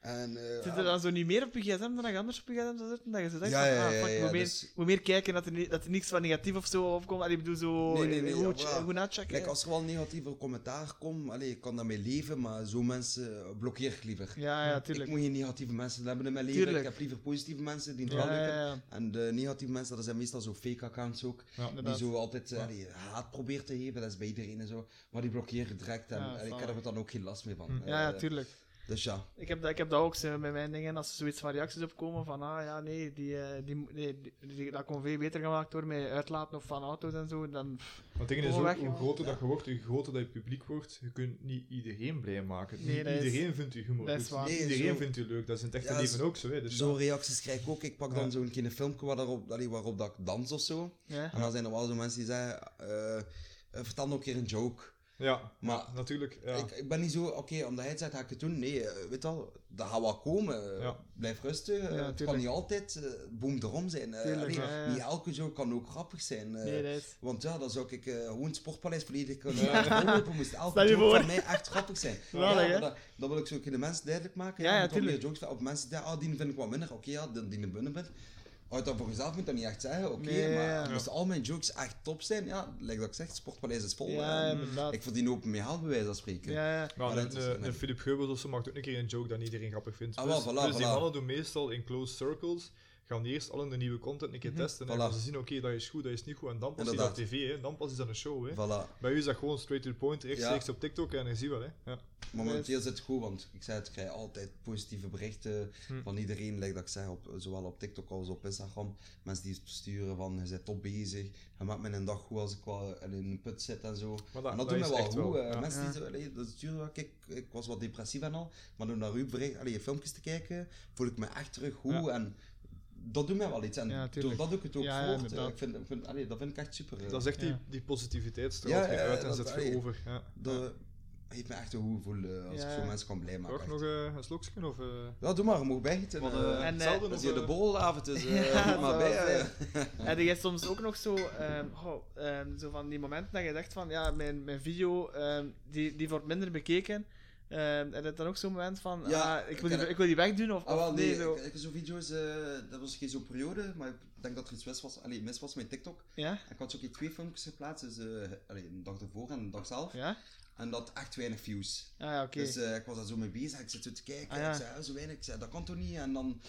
Speaker 3: En, eh,
Speaker 2: Zit er dan zo niet meer op je gsm dan dat je anders op je gsm zou zitten? Dat je zo denkt
Speaker 3: Ja,
Speaker 2: van,
Speaker 3: ja,
Speaker 2: ah,
Speaker 3: ja,
Speaker 2: fuck,
Speaker 3: ja,
Speaker 2: moet meer,
Speaker 3: dus-
Speaker 2: moet meer kijken dat er, ni- dat er niks van negatief of zo opkomt. Allee, ik bedoel zo, eh,
Speaker 3: Nee, nee, nee,
Speaker 2: hoe,
Speaker 3: ja,
Speaker 2: hoe
Speaker 3: voilà.
Speaker 2: nachecken.
Speaker 3: Kijk, als er wel negatieve commentaar komt, allee, ik kan daarmee leven, maar zo mensen eh, blokkeer ik liever.
Speaker 2: Ja, ja, tuurlijk.
Speaker 3: Ik moet geen negatieve mensen hebben in mijn leven.
Speaker 2: Tuurlijk.
Speaker 3: Ik heb liever positieve mensen die het wel
Speaker 2: Ja, ja,
Speaker 3: lukken.
Speaker 2: ja,
Speaker 3: En de negatieve mensen, dat zijn meestal zo fake accounts ook.
Speaker 1: Ja.
Speaker 3: Die
Speaker 2: inderdaad.
Speaker 3: zo altijd eh, allee, haat proberen te geven, dat is bij iedereen en zo. Maar die blokkeren direct en
Speaker 2: Ja,
Speaker 3: allee, ik heb
Speaker 2: zalig.
Speaker 3: er dan ook geen last meer van. Eh,
Speaker 2: Ja, ja, tuurlijk.
Speaker 3: Dus ja,
Speaker 2: Ik heb, dat, ik heb dat ook zo met mijn dingen. Als er zoiets van reacties opkomen van, ah ja, nee, die, eh, die, mo- nee die, die- dat kon veel beter gemaakt worden met uitlaten of van auto's en zo, dan... pff,
Speaker 1: Want het ding is
Speaker 2: Gewoon
Speaker 1: ook,
Speaker 2: weg,
Speaker 1: hoe
Speaker 2: jongen.
Speaker 1: groter dat je wordt, hoe groter dat je publiek wordt, je kunt niet iedereen blij maken.
Speaker 2: Nee,
Speaker 1: Niet
Speaker 2: dat is-
Speaker 1: iedereen vindt je humor
Speaker 2: dat is
Speaker 1: goed.
Speaker 2: waar.
Speaker 1: Niet
Speaker 3: Nee,
Speaker 1: iedereen
Speaker 3: zo-
Speaker 1: vindt je leuk. Dat is in het echte
Speaker 3: Ja,
Speaker 1: leven
Speaker 3: zo-
Speaker 1: ook zo. Hè. Dus
Speaker 3: zo'n reacties krijg ik ook. Ik pak dan
Speaker 1: Ja.
Speaker 3: zo'n keer een filmpje waarop, allee, waarop dat ik dans of zo.
Speaker 2: Ja.
Speaker 3: En dan zijn er wel zo mensen die zeggen, eh, eh, vertel nog een keer een joke.
Speaker 1: ja,
Speaker 3: Maar-
Speaker 1: natuurlijk. Ja.
Speaker 3: Ik, ik ben niet zo, oké, omdat hij het zegt, ga ik het doen. Nee, eh, weet al, dat gaat wel komen. Eh,
Speaker 1: Ja.
Speaker 3: Blijf rustig. eh, het kan
Speaker 2: tuurlijk.
Speaker 3: niet altijd eh, boem erom zijn. Eh,
Speaker 2: Tuurlijk,
Speaker 3: allee,
Speaker 2: ja, ja.
Speaker 3: Niet elke joke kan ook grappig zijn. eh.
Speaker 2: Nee, dat is...
Speaker 3: Want ja, dan zou ik eh, gewoon het sportpaleis volledig kunnen ja. Moest elke
Speaker 2: Stel je
Speaker 3: joke
Speaker 2: voor.
Speaker 3: van mij echt grappig zijn.
Speaker 2: Zalig,
Speaker 3: ja,
Speaker 2: hè?
Speaker 3: maar dat, dat wil ik zo ook in de mensen duidelijk maken.
Speaker 2: Ja, ja,
Speaker 3: want dan
Speaker 2: tuurlijk.
Speaker 3: meer jokes, van- op mensen die ah, die vind ik wat minder. Oké, ja, die, die een binnen bent. Uit dat voor jezelf moet dat niet echt zeggen, oké,
Speaker 2: Nee,
Speaker 3: maar
Speaker 2: ja.
Speaker 3: moesten al mijn jokes echt top zijn, ja, lijkt dat ik zeg, het sportpaleis is vol.
Speaker 2: Ja,
Speaker 3: en
Speaker 2: inderdaad.
Speaker 3: ik verdien ook mijn geld, bij wijze van spreken.
Speaker 2: Ja, ja.
Speaker 1: Maar
Speaker 3: Maar
Speaker 1: een,
Speaker 3: dat is-
Speaker 1: eh, een Philip Geubels of zo maakt ook een keer een joke dat niet iedereen grappig vindt.
Speaker 3: Ah,
Speaker 1: dus
Speaker 3: wel, voilà,
Speaker 1: dus die
Speaker 3: voilà.
Speaker 1: mannen doen meestal in closed circles, gaan die eerst al de nieuwe content een keer
Speaker 2: Mhm.
Speaker 1: testen. En
Speaker 3: Voilà.
Speaker 1: als ze zien, oké, dat is goed, dat is niet goed. En dan pas is dat
Speaker 3: Inderdaad.
Speaker 1: tv, hè. en dan pas is dat een show. Hè.
Speaker 3: Voilà.
Speaker 1: Bij u is dat gewoon straight to the point, rechtstreeks op TikTok en je ziet wel. Hè. Ja.
Speaker 3: Momenteel zit het goed, want ik zei het, ik krijg altijd positieve berichten
Speaker 1: Hm.
Speaker 3: van iedereen, like dat ik zeg, op, zowel op TikTok als op Instagram. Mensen die het sturen van, je bent top bezig, je maakt me een dag goed als ik wel in een put zit en zo.
Speaker 1: Maar
Speaker 3: en dat, doet
Speaker 1: is
Speaker 3: me wel
Speaker 1: echt
Speaker 3: goed. eh,
Speaker 1: ja.
Speaker 3: Mensen die zo, allee, dat sturen, wel, kijk, ik was wat depressief en al, maar door naar uw bericht, allee, je filmpjes te kijken, voel ik me echt terug goed
Speaker 1: Ja.
Speaker 3: en... Dat doet mij wel iets en
Speaker 2: Ja,
Speaker 3: door
Speaker 2: tuurlijk.
Speaker 3: dat doe ik het ook
Speaker 2: Ja, ja,
Speaker 3: voort.
Speaker 2: inderdaad.
Speaker 3: ik vind, ik vind, allee, dat vind ik echt super. eh.
Speaker 1: Dat is echt die,
Speaker 2: Ja.
Speaker 1: die positiviteit straalt
Speaker 3: Ja,
Speaker 1: je
Speaker 3: ja,
Speaker 1: uit en
Speaker 3: dat-
Speaker 1: zet je
Speaker 3: allee.
Speaker 1: over. Ja.
Speaker 3: eh. Dat heeft me echt een goed gevoel eh, als
Speaker 2: Ja.
Speaker 3: ik zo mensen kan blij maken.
Speaker 1: Graag
Speaker 3: echt.
Speaker 1: nog eh, een slokje of... eh,
Speaker 3: Ja, doe maar, je mag bijgieten.
Speaker 1: wat,
Speaker 3: eh.
Speaker 1: eh,
Speaker 2: en,
Speaker 1: hetzelfde
Speaker 3: Dat
Speaker 1: of,
Speaker 3: is hier de
Speaker 1: eh,
Speaker 3: borrelavond, dus eh,
Speaker 2: Ja,
Speaker 3: moet maar
Speaker 2: dat
Speaker 3: bij.
Speaker 2: was
Speaker 3: eh.
Speaker 2: het. Heb je soms ook nog zo, ehm, goh, ehm, zo van die momenten dat je dacht van, ja, mijn, mijn video, ehm, die, die wordt minder bekeken. Ehm en dat dan ook zo'n moment van,
Speaker 3: Ja,
Speaker 2: ah, ik, wil
Speaker 3: ik
Speaker 2: die,
Speaker 3: ken
Speaker 2: ik wil die wegdoen of,
Speaker 3: Ah, wel,
Speaker 2: of nee,
Speaker 3: nee,
Speaker 2: zo.
Speaker 3: ik, ik, zo'n video's, eh, dat was geen zo'n periode, maar ik denk dat er iets mis was, allee, mis was met TikTok.
Speaker 2: Ja?
Speaker 3: Ik had zo'n keer twee filmpjes geplaatst, dus eh, allee, een dag ervoor en een dag zelf.
Speaker 2: Ja?
Speaker 3: En dat had echt weinig views.
Speaker 2: Ah ja, oké.
Speaker 3: Dus eh, ik was daar zo mee bezig, ik zit zo te kijken,
Speaker 2: Ah, ja.
Speaker 3: ik zei, ah, zo weinig, ik zei, dat kan toch niet? En dan,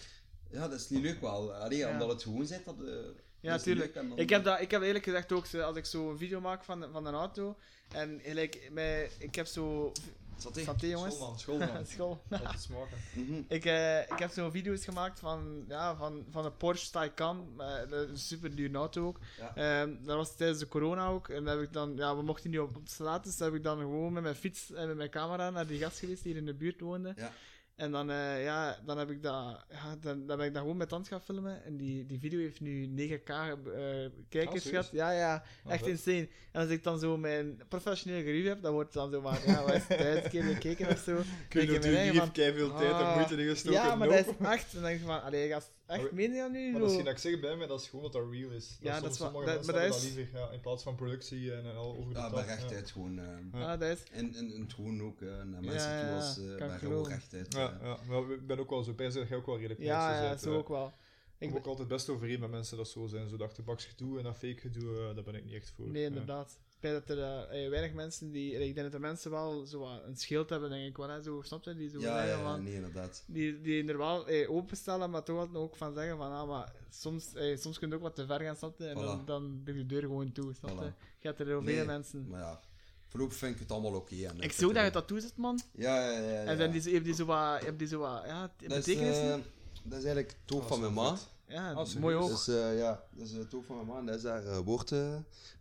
Speaker 3: ja, dat is niet leuk wel. Allee,
Speaker 2: Ja.
Speaker 3: omdat het gewoon zit, dat... eh, dat is
Speaker 2: Ja,
Speaker 3: niet
Speaker 2: tuurlijk.
Speaker 3: leuk en dan-
Speaker 2: Ik heb, dat, ik heb eerlijk gezegd ook, zo, als ik zo een video maak van, van een auto, en gelijk, mij, ik heb zo...
Speaker 3: Saté.
Speaker 2: Santé jongens.
Speaker 1: Schoolman, schoolman.
Speaker 2: School.
Speaker 1: Laat het smaken.
Speaker 3: Mhm.
Speaker 2: Ik, eh, ik heb zo video's gemaakt van, ja, van, van een Porsche Taycan, eh, dat is een super duur auto ook.
Speaker 3: Ja.
Speaker 2: Ehm, dat was tijdens de corona ook. En dat heb ik dan, ja, we mochten niet op, op straat, dus heb ik dan gewoon met mijn fiets en met mijn camera naar die gast geweest die hier in de buurt woonde.
Speaker 3: Ja.
Speaker 2: En dan, eh, ja, dan heb ik dat, ja, dan, dan ben ik dat gewoon met hand gaan filmen. En die, die video heeft nu 9k eh,
Speaker 1: Ah,
Speaker 2: kijkers
Speaker 1: serieus? Ah,
Speaker 2: gehad. Ja, ja, echt
Speaker 1: vet.
Speaker 2: insane. En als ik dan zo mijn professionele review heb, dan wordt het dan zo maar, ja, wat is het, duizend keer gekeken of zo.
Speaker 1: Kun je
Speaker 2: Denk ik in mijn
Speaker 1: natuurlijk
Speaker 2: eigen
Speaker 1: niet
Speaker 2: van-
Speaker 1: heeft veel tijd en
Speaker 2: Ah.
Speaker 1: moeite in gestoken.
Speaker 2: ja, maar
Speaker 1: nope.
Speaker 2: dat is echt. En dan denk je van, allee, gast, echt,
Speaker 1: Maar-
Speaker 2: meen je dat nu?
Speaker 1: Maar
Speaker 2: zo?
Speaker 1: dat is geen dat ik zeg bij mij, dat is gewoon dat dat real is. Dat
Speaker 2: Ja,
Speaker 1: soms
Speaker 2: dat is wa-
Speaker 1: sommige
Speaker 2: dat-
Speaker 1: mensen
Speaker 2: maar dat
Speaker 1: hebben
Speaker 2: is-
Speaker 1: liever, ja, in plaats van productie en, en al over de
Speaker 3: Ja,
Speaker 1: top,
Speaker 3: bij rechtheid gewoon. eh,
Speaker 1: Ja.
Speaker 2: Ah, dat is...
Speaker 3: en, en, en gewoon ook eh, naar
Speaker 2: Ja,
Speaker 3: mensen toe
Speaker 2: ja,
Speaker 3: als
Speaker 2: kan
Speaker 3: eh
Speaker 2: ik
Speaker 3: bij gewoon
Speaker 2: geloven.
Speaker 3: rechtheid. eh.
Speaker 1: Ja, ja, maar ik ben ook wel zo bij, dat je ook wel redelijk
Speaker 2: Ja,
Speaker 1: netjes
Speaker 2: ja,
Speaker 1: bent,
Speaker 2: zo
Speaker 1: eh.
Speaker 2: ook wel.
Speaker 1: Ik
Speaker 2: Ik
Speaker 1: kom ook altijd best overeen met mensen dat zo zijn. Zo dat achterbaks gedoe en dat fake gedoe, eh, daar ben ik niet echt voor.
Speaker 2: Nee,
Speaker 1: Ja.
Speaker 2: inderdaad. Ik denk dat er eh, eh, weinig mensen die... Ik denk dat de mensen wel zo wat een schild hebben, denk ik wel. Hè, zo, snap je? Die zo
Speaker 3: Ja,
Speaker 2: zeggen
Speaker 3: ja,
Speaker 2: van...
Speaker 3: nee, inderdaad.
Speaker 2: Die, die er wel eh, openstellen, maar toch wel ook van zeggen van... Ah, maar soms, eh, soms kun je ook wat te ver gaan, snap je? En dan,
Speaker 3: Voilà.
Speaker 2: dan doe je de deur gewoon toe, snap je? Gaat er heel
Speaker 3: Nee,
Speaker 2: veel mensen...
Speaker 3: Maar ja, voorlopig vind ik het allemaal oké. en, eh,
Speaker 2: Ik zie ook dat je
Speaker 3: vind
Speaker 2: dat toezet, man.
Speaker 3: het- Ja, ja, ja. ja,
Speaker 2: En dan die, zo- heeft die zo wat... Heeft die zo wat ja,
Speaker 3: dat is,
Speaker 2: betekenis?
Speaker 3: eh, dat is eigenlijk het toon
Speaker 1: Ah,
Speaker 3: van
Speaker 1: zo
Speaker 3: mijn ma.
Speaker 1: vet.
Speaker 2: ja,
Speaker 1: ah,
Speaker 2: mooi
Speaker 1: serieus.
Speaker 2: ook.
Speaker 3: Dus eh, ja, dat is het toon van mijn ma. En dat is haar eh, woord. eh,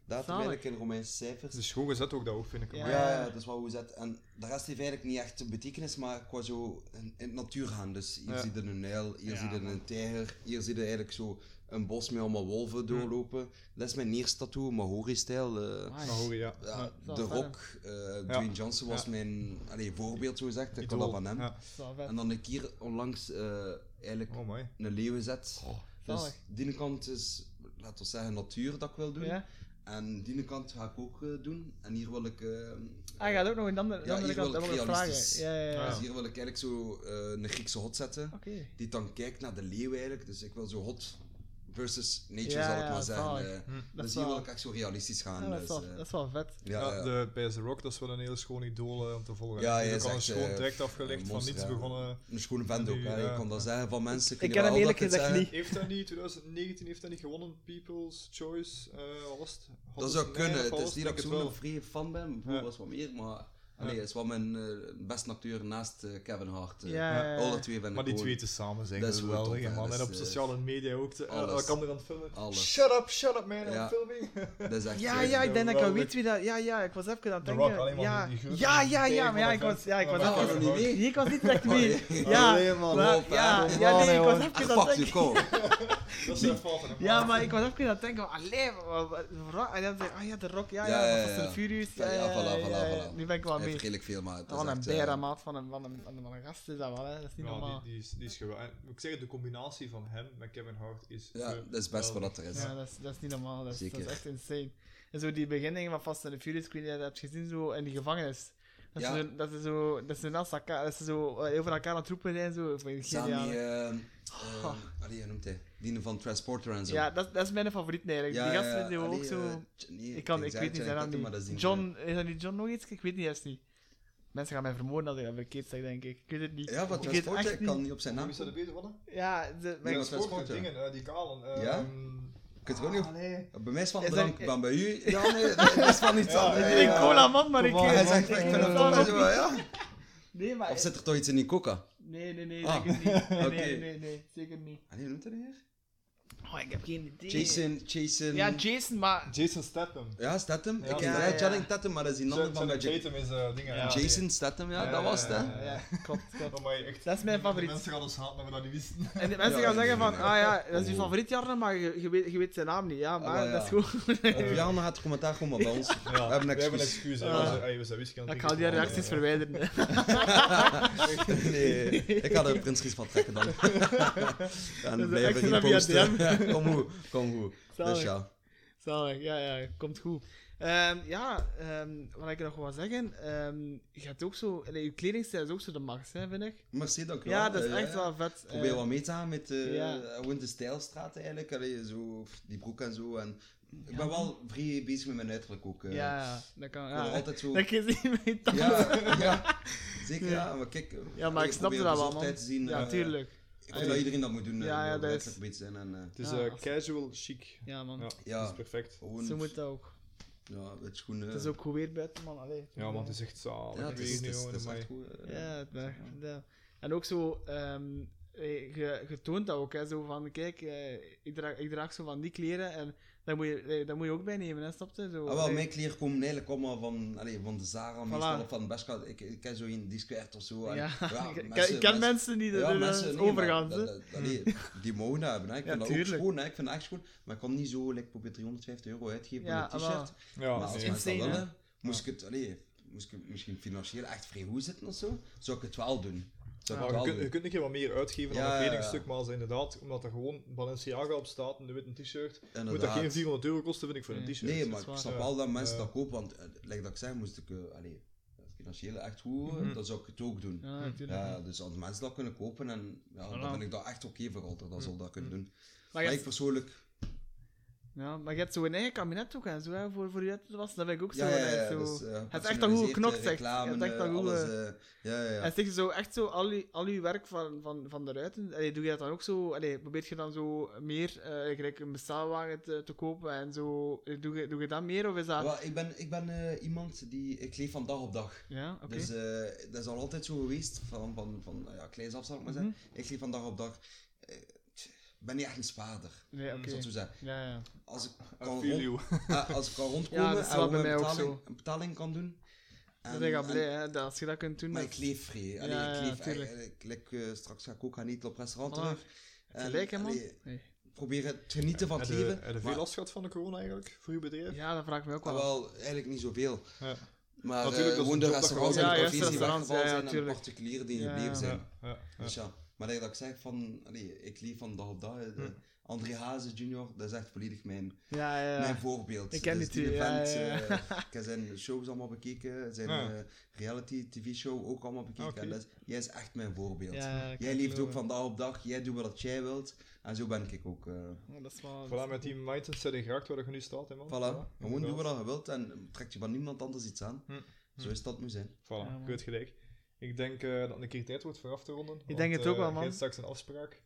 Speaker 3: datum
Speaker 2: Zalig.
Speaker 3: eigenlijk in Romeinse cijfers.
Speaker 1: Het is gewoon gezet ook, dat ook, vind ik.
Speaker 2: Ja.
Speaker 3: ja,
Speaker 1: Maar
Speaker 3: ja, dat is wel hoe zet. En de rest heeft eigenlijk niet echt betekenis, maar qua zo in, in het natuur gaan. Dus hier
Speaker 1: Ja.
Speaker 3: zie je een uil, hier zie je een tijger, hier zie je eigenlijk zo een bos met allemaal
Speaker 1: Hm.
Speaker 3: wolven doorlopen. Dat is mijn eerste tattoo, Maori-stijl. eh.
Speaker 2: Amai.
Speaker 1: hoor je, ja.
Speaker 3: Ja,
Speaker 2: Ja.
Speaker 3: de
Speaker 2: Zo,
Speaker 3: Rock, eh Dwayne Johnson was
Speaker 1: Ja.
Speaker 3: mijn allee, voorbeeld, zo gezegd. Ik had dat
Speaker 1: Idool.
Speaker 3: van hem.
Speaker 1: Ja.
Speaker 2: Zo vet.
Speaker 3: En dan ik hier onlangs eh, eigenlijk
Speaker 1: Oh, mooi.
Speaker 3: een leeuwenzet. dus
Speaker 2: zalig.
Speaker 3: die ene kant is, laten we zeggen, natuur dat ik wil doen.
Speaker 2: Ja?
Speaker 3: En die ene kant ga ik ook eh, doen. En hier wil ik... eh,
Speaker 2: Hij Ah, gaat ook nog een andere,
Speaker 3: Ja,
Speaker 2: ja, andere
Speaker 3: hier
Speaker 2: kant
Speaker 3: wil
Speaker 2: dat
Speaker 3: ik
Speaker 2: wil ik vragen.
Speaker 3: realistisch.
Speaker 2: Ja, ja, ja.
Speaker 1: Ah,
Speaker 3: dus hier wil ik eigenlijk zo eh, een Griekse hot zetten.
Speaker 2: Oké.
Speaker 3: Die dan kijkt naar de leeuw eigenlijk. Dus ik wil zo hot versus nature,
Speaker 2: Ja,
Speaker 3: zal ik
Speaker 2: ja,
Speaker 3: maar zeggen.
Speaker 2: zalig.
Speaker 3: eh.
Speaker 1: Hm,
Speaker 2: Dat
Speaker 3: dus
Speaker 2: is
Speaker 3: hier wil
Speaker 2: wel-
Speaker 3: ik echt zo realistisch gaan.
Speaker 2: Ja, Ah, dat, is
Speaker 3: dus,
Speaker 2: wel,
Speaker 3: eh,
Speaker 2: dat is wel vet.
Speaker 3: ja,
Speaker 1: Ja,
Speaker 3: ja.
Speaker 1: de Bij The Rock, dat is wel een heel schoon idool eh, om te volgen.
Speaker 3: Ja,
Speaker 1: Die
Speaker 3: hij
Speaker 1: heeft
Speaker 3: is
Speaker 1: ook al een
Speaker 3: echt,
Speaker 1: schoon
Speaker 3: eh,
Speaker 1: traject afgelegd,
Speaker 3: een
Speaker 1: van
Speaker 3: monster,
Speaker 1: niets
Speaker 3: ja.
Speaker 1: begonnen.
Speaker 3: Een schone vent ook.
Speaker 1: Nu,
Speaker 3: hè.
Speaker 1: ja.
Speaker 3: Ik kan dat zeggen van mensen.
Speaker 2: Ik
Speaker 3: weet
Speaker 2: ken hem
Speaker 3: wel
Speaker 2: eerlijk
Speaker 3: dat ik het
Speaker 2: gezegd
Speaker 3: zeg.
Speaker 2: niet.
Speaker 1: Heeft hij niet, 2019 heeft hij niet gewonnen, People's Choice, eh wat was het?
Speaker 3: Dat
Speaker 1: Hot
Speaker 3: zou
Speaker 1: is- nee,
Speaker 3: kunnen.
Speaker 1: of
Speaker 3: Het
Speaker 1: alles,
Speaker 3: is niet dat ik
Speaker 1: denk het
Speaker 3: zo'n
Speaker 1: wel.
Speaker 3: vrije fan ben. Vroeger
Speaker 1: Ja.
Speaker 3: was wat meer, maar Allee, is wel mijn eh, beste acteur naast eh, Kevin Hart. eh.
Speaker 2: Ja, ja, ja.
Speaker 3: Alle twee vind ik
Speaker 1: Maar die
Speaker 3: gewoon
Speaker 1: twee te samen zijn
Speaker 3: dat is gewoon
Speaker 1: geweldig,
Speaker 3: top, hè.
Speaker 1: man.
Speaker 3: Dat
Speaker 1: En op
Speaker 3: is, eh,
Speaker 1: sociale media ook. Te, eh,
Speaker 3: alles.
Speaker 1: elkander aan het filmen.
Speaker 3: Alles.
Speaker 1: Shut up, shut up, man.
Speaker 3: Ja.
Speaker 1: I'm filming.
Speaker 3: Dat is echt...
Speaker 2: Ja,
Speaker 3: eh,
Speaker 2: ja, ik denk dat ik al
Speaker 1: Wel,
Speaker 2: weet wie dat... Ja, ja, ik was even aan het
Speaker 1: The
Speaker 2: denken.
Speaker 1: Rock, alleen maar
Speaker 2: ja.
Speaker 1: die grote
Speaker 2: ja, ja, ja,
Speaker 1: tegen
Speaker 2: maar ja,
Speaker 1: de
Speaker 2: ik was,
Speaker 1: vent.
Speaker 2: ja, ik was
Speaker 1: Oh,
Speaker 3: Ah,
Speaker 2: even...
Speaker 1: dat
Speaker 3: was er niet mee?
Speaker 2: Nee, ik was niet echt mee. Ja,
Speaker 1: Allee, man.
Speaker 2: maar-
Speaker 3: Kom op,
Speaker 2: ja,
Speaker 3: hè.
Speaker 2: ja, nee, ik
Speaker 1: Kom
Speaker 2: was
Speaker 1: op,
Speaker 2: even aan
Speaker 3: Ah,
Speaker 2: het
Speaker 3: fuck you,
Speaker 2: denken.
Speaker 3: kom.
Speaker 1: Dat is een fout van hem.
Speaker 2: Ja, maar ik was even aan het denken, van, allee, wat- wat- de Rock, en dan zei ik, ah ja, de Rock, ja,
Speaker 3: Ja,
Speaker 2: ja,
Speaker 3: ja,
Speaker 2: Fast
Speaker 3: ja.
Speaker 2: and Furious,
Speaker 3: Ja, ja,
Speaker 2: eh,
Speaker 3: voilà, voilà,
Speaker 2: ja,
Speaker 3: voilà.
Speaker 2: Nu ben ik wel
Speaker 3: Hij
Speaker 2: mee.
Speaker 3: heeft redelijk veel, maar het is
Speaker 2: Wat een
Speaker 3: echt, eh,
Speaker 2: beramaat van een, van, een, van, een, van een gast is dat wel, hè. dat is niet
Speaker 1: Ja,
Speaker 2: normaal.
Speaker 1: die, die, is, die is geweldig. En Ik zeg het, de combinatie van hem met Kevin Hart is...
Speaker 3: Ja, dat is best wat dat er is.
Speaker 2: Ja, dat is, dat is niet normaal. Dat is, dat is
Speaker 3: Zeker.
Speaker 2: echt insane. En zo die beginningen van Fast and the Furious, ik weet niet of je dat hebt gezien, zo in die gevangenis. Dat,
Speaker 3: Ja.
Speaker 2: ze, zo- dat ze zo, dat ze naast elkaar, dat ze zo eh, over elkaar aan het roepen zijn, zo. Van
Speaker 3: Sammy...
Speaker 2: geniaal. Ah.
Speaker 3: eh, eh, Allee, hoe noemt hij? Die van Transporter en zo.
Speaker 2: ja, dat, dat is mijn favoriet eigenlijk. die gasten die
Speaker 3: allee,
Speaker 2: ook zo...
Speaker 3: eh, Ch- nee,
Speaker 2: ik, kan, ik
Speaker 3: Jack
Speaker 2: weet niet zijn
Speaker 3: Jack
Speaker 2: naam
Speaker 3: Tucker, maar dat is
Speaker 2: niet.
Speaker 3: die-
Speaker 2: John, is dat niet John nog iets? Ik weet niet juist niet. Mensen gaan mij vermoorden als ik dat verkeerd zeg, denk ik. Ik weet het niet.
Speaker 3: Ja, van
Speaker 2: ik weet
Speaker 3: Transporter,
Speaker 2: echt
Speaker 3: ik kan niet op zijn naam
Speaker 1: Wie is dat
Speaker 3: komen.
Speaker 1: de beter van?
Speaker 2: Ja, de,
Speaker 3: Nee,
Speaker 1: Die
Speaker 3: maar
Speaker 1: is ook
Speaker 3: Transporter.
Speaker 1: dingen, eh, die kalen. eh,
Speaker 3: Ja?
Speaker 1: ehm,
Speaker 3: Ik weet het ook niet. of-
Speaker 1: nee.
Speaker 3: Bij mij is van
Speaker 2: Is
Speaker 3: drank,
Speaker 2: er-
Speaker 3: maar bij u... Ja, nee, dat is van iets
Speaker 1: Ja,
Speaker 3: anders.
Speaker 1: ja,
Speaker 2: ik
Speaker 1: ja.
Speaker 2: drink cola, man, maar ik...
Speaker 1: Kom op,
Speaker 3: Hij
Speaker 2: ik-
Speaker 3: zegt, ik
Speaker 2: ik-
Speaker 3: vind
Speaker 2: ik-
Speaker 3: het toch wel, ja.
Speaker 2: Nee, maar...
Speaker 3: Of zit er toch iets in die coca?
Speaker 2: Nee, nee, nee,
Speaker 3: Ah.
Speaker 2: zeker niet. Nee,
Speaker 3: Oké.
Speaker 2: nee, nee, nee, zeker niet.
Speaker 3: Ah, nee, hoe noemt hij weer?
Speaker 2: Oh, ik heb geen idee.
Speaker 3: Jason, Jason...
Speaker 2: Ja, Jason, maar...
Speaker 1: Jason Statham.
Speaker 3: Ja, Statham.
Speaker 1: Ja,
Speaker 3: ik
Speaker 2: ja,
Speaker 3: ja, ja.
Speaker 2: ja.
Speaker 3: Channing Tatum, maar dat is die ander van bij
Speaker 1: Jason
Speaker 3: Jack.
Speaker 1: Statham is eh, dingen. ja.
Speaker 3: Jason Statham, ja,
Speaker 1: Ja,
Speaker 3: dat
Speaker 1: ja,
Speaker 3: was het, hè.
Speaker 1: ja,
Speaker 2: Ja, klopt, klopt.
Speaker 1: Oh, maar echt,
Speaker 2: Dat is mijn favoriet.
Speaker 1: Mensen gaan ons haten, maar we dat niet wisten.
Speaker 2: En de mensen
Speaker 3: Ja,
Speaker 2: gaan
Speaker 3: nee,
Speaker 2: zeggen van,
Speaker 3: nee,
Speaker 2: ah
Speaker 3: nee.
Speaker 2: ja, dat is je
Speaker 3: Oh. Ah,
Speaker 2: favoriet Jarno, maar je, je, weet, je weet zijn naam niet. Ja, maar
Speaker 3: wel, ja.
Speaker 2: dat is goed.
Speaker 3: Op Eh, Jan had het commentaar gewoon maar bij ons.
Speaker 1: Ja,
Speaker 3: We hebben een excuus.
Speaker 1: excuus. hè.
Speaker 2: Ja.
Speaker 1: We zijn- hey, eh, we zijn whisky aan het
Speaker 2: ik ga die
Speaker 1: drinken.
Speaker 2: reacties verwijderen.
Speaker 3: Nee, ik had er Prins Gies van trekken dan. En dan
Speaker 2: een
Speaker 3: blijven
Speaker 2: extra via
Speaker 3: reposten. Ja, Kom goed, kom goed. Dus
Speaker 2: Zalig.
Speaker 3: ja.
Speaker 2: Zalig, ja, ja, komt goed. Ehm, ja, ehm, wat ik nog wil zeggen, ehm, je hebt ook zo, allee, je kledingstijl is ook zo de max, hè, vind ik.
Speaker 3: Merci, dank u wel.
Speaker 2: Ja, dat is
Speaker 3: Eh,
Speaker 2: echt wel vet.
Speaker 3: Ik probeer
Speaker 2: Eh,
Speaker 3: wat mee te gaan met eh,
Speaker 2: ja.
Speaker 3: gewoon de stijlstraat eigenlijk. Allee, zo, pff, die broek en zo. En ik ben wel vrij bezig met mijn uiterlijk ook. eh.
Speaker 2: Ja, ja, dat kan.
Speaker 3: Ik wil er
Speaker 2: Ja,
Speaker 3: altijd zo...
Speaker 2: dat je ziet mijn tanden.
Speaker 3: Ja, ja, zeker ja. Maar kijk, eh,
Speaker 2: Ja, maar
Speaker 3: allee,
Speaker 2: ik snap
Speaker 3: probeer
Speaker 2: dat wel,
Speaker 3: bezorgdheid
Speaker 2: man.
Speaker 3: te zien,
Speaker 2: Ja,
Speaker 3: eh,
Speaker 2: tuurlijk.
Speaker 3: Ik vind dat iedereen dat moet doen.
Speaker 2: Ja,
Speaker 3: eh,
Speaker 2: ja,
Speaker 3: wel
Speaker 2: dat is-
Speaker 3: uiterlijk bezig zijn en... eh,
Speaker 1: Het is
Speaker 2: Ja,
Speaker 1: eh,
Speaker 2: als-
Speaker 1: casual, chic.
Speaker 2: Ja, man.
Speaker 1: Ja,
Speaker 3: Ja.
Speaker 1: dat is perfect.
Speaker 3: gewoon,
Speaker 2: Zo moet dat ook.
Speaker 3: Ja, het schoenen.
Speaker 2: Het is ook goed weer buiten, man. Allee.
Speaker 1: Ja, want het is echt zalig.
Speaker 3: Ja,
Speaker 1: Ja,
Speaker 3: het is,
Speaker 1: weet
Speaker 3: het
Speaker 1: niet,
Speaker 3: is,
Speaker 1: jongen,
Speaker 3: het is
Speaker 1: maar-
Speaker 3: echt goed. eh.
Speaker 2: Ja, het mag, ja. En ook zo, ehm eh, je, je toont dat ook, hè, zo van, kijk, eh, ik, draag, ik draag zo van die kleren en daar moet je, eh, daar moet je ook bij nemen, hè, snap je? Zo,
Speaker 3: Ah, wel,
Speaker 2: allee.
Speaker 3: mijn kleren komen eigenlijk allemaal van, allee, van de Zara, meestal of van Bershka. Ik, ik ken zo in die square of zo. en-
Speaker 2: Ja,
Speaker 3: ja,
Speaker 2: ik, ken- ik ken mensen die er eh,
Speaker 3: ja,
Speaker 2: er-
Speaker 3: mensen, nee, maar
Speaker 2: overgaan.
Speaker 3: dat-
Speaker 2: hè.
Speaker 3: dat- allee, die mogen dat hebben. Hè. Ik
Speaker 2: Ja,
Speaker 3: vind dat
Speaker 2: tuurlijk.
Speaker 3: ook schoon, hè. ik vind dat echt schoon. Maar ik kan niet zo, like, probeer 350 euro uitgeven
Speaker 2: Ja,
Speaker 3: voor een t-shirt.
Speaker 1: Ja,
Speaker 3: maar als
Speaker 1: nee.
Speaker 2: het-
Speaker 3: mensen dat
Speaker 2: insane, hè.
Speaker 3: willen, moest ik het, allee, moest ik het misschien financieel echt vrij goed zitten of zo, zou ik het wel doen. Zou ik
Speaker 1: Maar
Speaker 3: het
Speaker 1: je,
Speaker 3: wel
Speaker 1: kunt, je
Speaker 3: doen.
Speaker 1: kunt een keer wat meer uitgeven
Speaker 3: Ja,
Speaker 1: dan
Speaker 3: ja,
Speaker 1: een
Speaker 3: ja.
Speaker 1: kledingstuk, maar als inderdaad, omdat er gewoon Balenciaga op staat, een witte t-shirt, moet dat
Speaker 3: Inderdaad.
Speaker 1: geen 400 euro kosten, vind ik, voor een
Speaker 2: Nee.
Speaker 1: t-shirt.
Speaker 3: Nee,
Speaker 2: dat
Speaker 3: maar
Speaker 2: is
Speaker 3: ik
Speaker 2: waar.
Speaker 3: snap
Speaker 1: Ja.
Speaker 3: wel dat mensen
Speaker 1: Ja.
Speaker 3: dat kopen, want eh, like dat ik zeg, moest ik eh, allee, financieel echt goed,
Speaker 1: Mhm.
Speaker 3: eh, dan zou ik het ook doen.
Speaker 2: Ja, natuurlijk.
Speaker 3: Ja, dus als mensen dat kunnen kopen, en, ja, dan
Speaker 2: Voilà. Mhm.
Speaker 3: vind ik dat echt oké voor altijd, dan zal dat kunnen doen.
Speaker 2: Maar
Speaker 3: Maar,
Speaker 2: je
Speaker 3: ik
Speaker 2: hebt,
Speaker 3: persoonlijk,
Speaker 2: ja, maar je hebt zo een eigen kabinet ook, en zo, hè, voor, voor je uit te wassen. Dat vind ik ook
Speaker 3: ja,
Speaker 2: zo.
Speaker 3: ja, ja,
Speaker 2: hè,
Speaker 3: ja,
Speaker 2: zo.
Speaker 3: dus, eh,
Speaker 2: het is echt al goed
Speaker 3: gepersonaliseerde
Speaker 2: geknokt, zeg.
Speaker 3: reclame,
Speaker 2: Het is echt al
Speaker 3: eh,
Speaker 2: goed,
Speaker 3: alles,
Speaker 2: eh,
Speaker 3: eh, ja, ja, ja.
Speaker 2: En zeg je zo echt zo al je, al je werk van, van, van de ruiten, allee, doe je dat dan ook zo? Allee, probeer je dan zo meer eh, gelijk een bestelwagen te, te kopen en zo? eh, Doe je, doe je dat meer of is dat.
Speaker 3: Wel, ik ben, ik ben eh, iemand die, ik leef van dag op dag.
Speaker 2: Ja, oké.
Speaker 3: Dus eh, dat is al altijd zo geweest, van, van, van eh, ja, kleins af zal ik maar zeggen.
Speaker 2: Mhm.
Speaker 3: Ik leef van dag op dag. Eh, ik ben niet echt een spaarder,
Speaker 2: nee,
Speaker 3: ik
Speaker 2: oké.
Speaker 3: zal het zo zeggen.
Speaker 2: Ja, ja.
Speaker 3: Als ik kan
Speaker 1: I
Speaker 3: rond,
Speaker 1: feel you.
Speaker 3: eh, als ik kan rondkomen
Speaker 2: Ja, dat is
Speaker 3: en
Speaker 2: wel
Speaker 3: gewoon
Speaker 2: bij
Speaker 3: een
Speaker 2: mij ook
Speaker 3: betaling,
Speaker 2: zo.
Speaker 3: een betaling kan doen.
Speaker 2: Dan ben ik al
Speaker 3: en- eh,
Speaker 2: blij, hè, dat als je dat kunt doen.
Speaker 3: Maar
Speaker 2: dat-
Speaker 3: ik leef vrij. Allee,
Speaker 2: Ja, ja,
Speaker 3: ik leef
Speaker 2: tuurlijk.
Speaker 3: eigenlijk. Like, eh, straks ga ik ook gaan eten op restaurant
Speaker 2: Voilà.
Speaker 3: terug. En,
Speaker 2: Gelijk, hè, man?
Speaker 3: allee,
Speaker 2: Nee.
Speaker 3: probeer het genieten van
Speaker 1: Heb
Speaker 3: het
Speaker 1: je-
Speaker 3: leven.
Speaker 1: heb je
Speaker 3: maar-
Speaker 1: veel last gehad van de corona eigenlijk, voor je bedrijf?
Speaker 2: Ja, dat vraag ik me ook
Speaker 3: Ah,
Speaker 2: wel. af.
Speaker 3: wel, eigenlijk niet zoveel.
Speaker 1: Ja.
Speaker 3: Maar
Speaker 1: Natuurlijk, dat is
Speaker 3: Natuurlijk, gewoon
Speaker 1: een
Speaker 3: de
Speaker 1: job dat
Speaker 3: restaurants
Speaker 1: je
Speaker 3: en
Speaker 2: wel-
Speaker 3: de
Speaker 2: Ja,
Speaker 3: cafés
Speaker 2: juist,
Speaker 3: die
Speaker 2: restaurants,
Speaker 3: weggevallen
Speaker 2: ja, ja,
Speaker 3: zijn en de
Speaker 2: tuurlijk.
Speaker 3: particulieren die
Speaker 2: Ja, ja.
Speaker 3: gebleven zijn.
Speaker 1: ja, ja.
Speaker 3: Dus ja, maar dat ik zeg van, allee, ik leef van dag op dag. eh, de- André Hazen junior, dat is echt volledig mijn,
Speaker 2: Ja, ja, ja.
Speaker 3: mijn voorbeeld.
Speaker 2: Ik ken
Speaker 3: Dus
Speaker 2: die twee, ja,
Speaker 3: vent,
Speaker 2: ja, ja.
Speaker 3: eh, ik heb zijn shows allemaal bekeken, zijn
Speaker 1: Ja.
Speaker 3: eh, reality tv show ook allemaal bekeken.
Speaker 1: Ah. Oké.
Speaker 3: En dat is, jij is echt mijn voorbeeld.
Speaker 2: Ja, ik kan
Speaker 3: jij
Speaker 2: het
Speaker 3: leeft ook
Speaker 2: geloven.
Speaker 3: van dag op dag, jij doet wat jij wilt. En zo ben ik ook. eh.
Speaker 2: Oh, dat is wel.
Speaker 1: Voilà, met die mindset in geraakt waar je nu staat, hè, man.
Speaker 3: voilà, gewoon
Speaker 1: Hm.
Speaker 3: doe wat je wilt en trek je van niemand anders iets aan. Zo is dat nu zijn.
Speaker 1: Voilà, ik weet gelijk. Ik denk eh, dat het een keer tijd wordt voor af te ronden. Ik
Speaker 2: denk het ook wel, man.
Speaker 1: Je hebt straks een afspraak.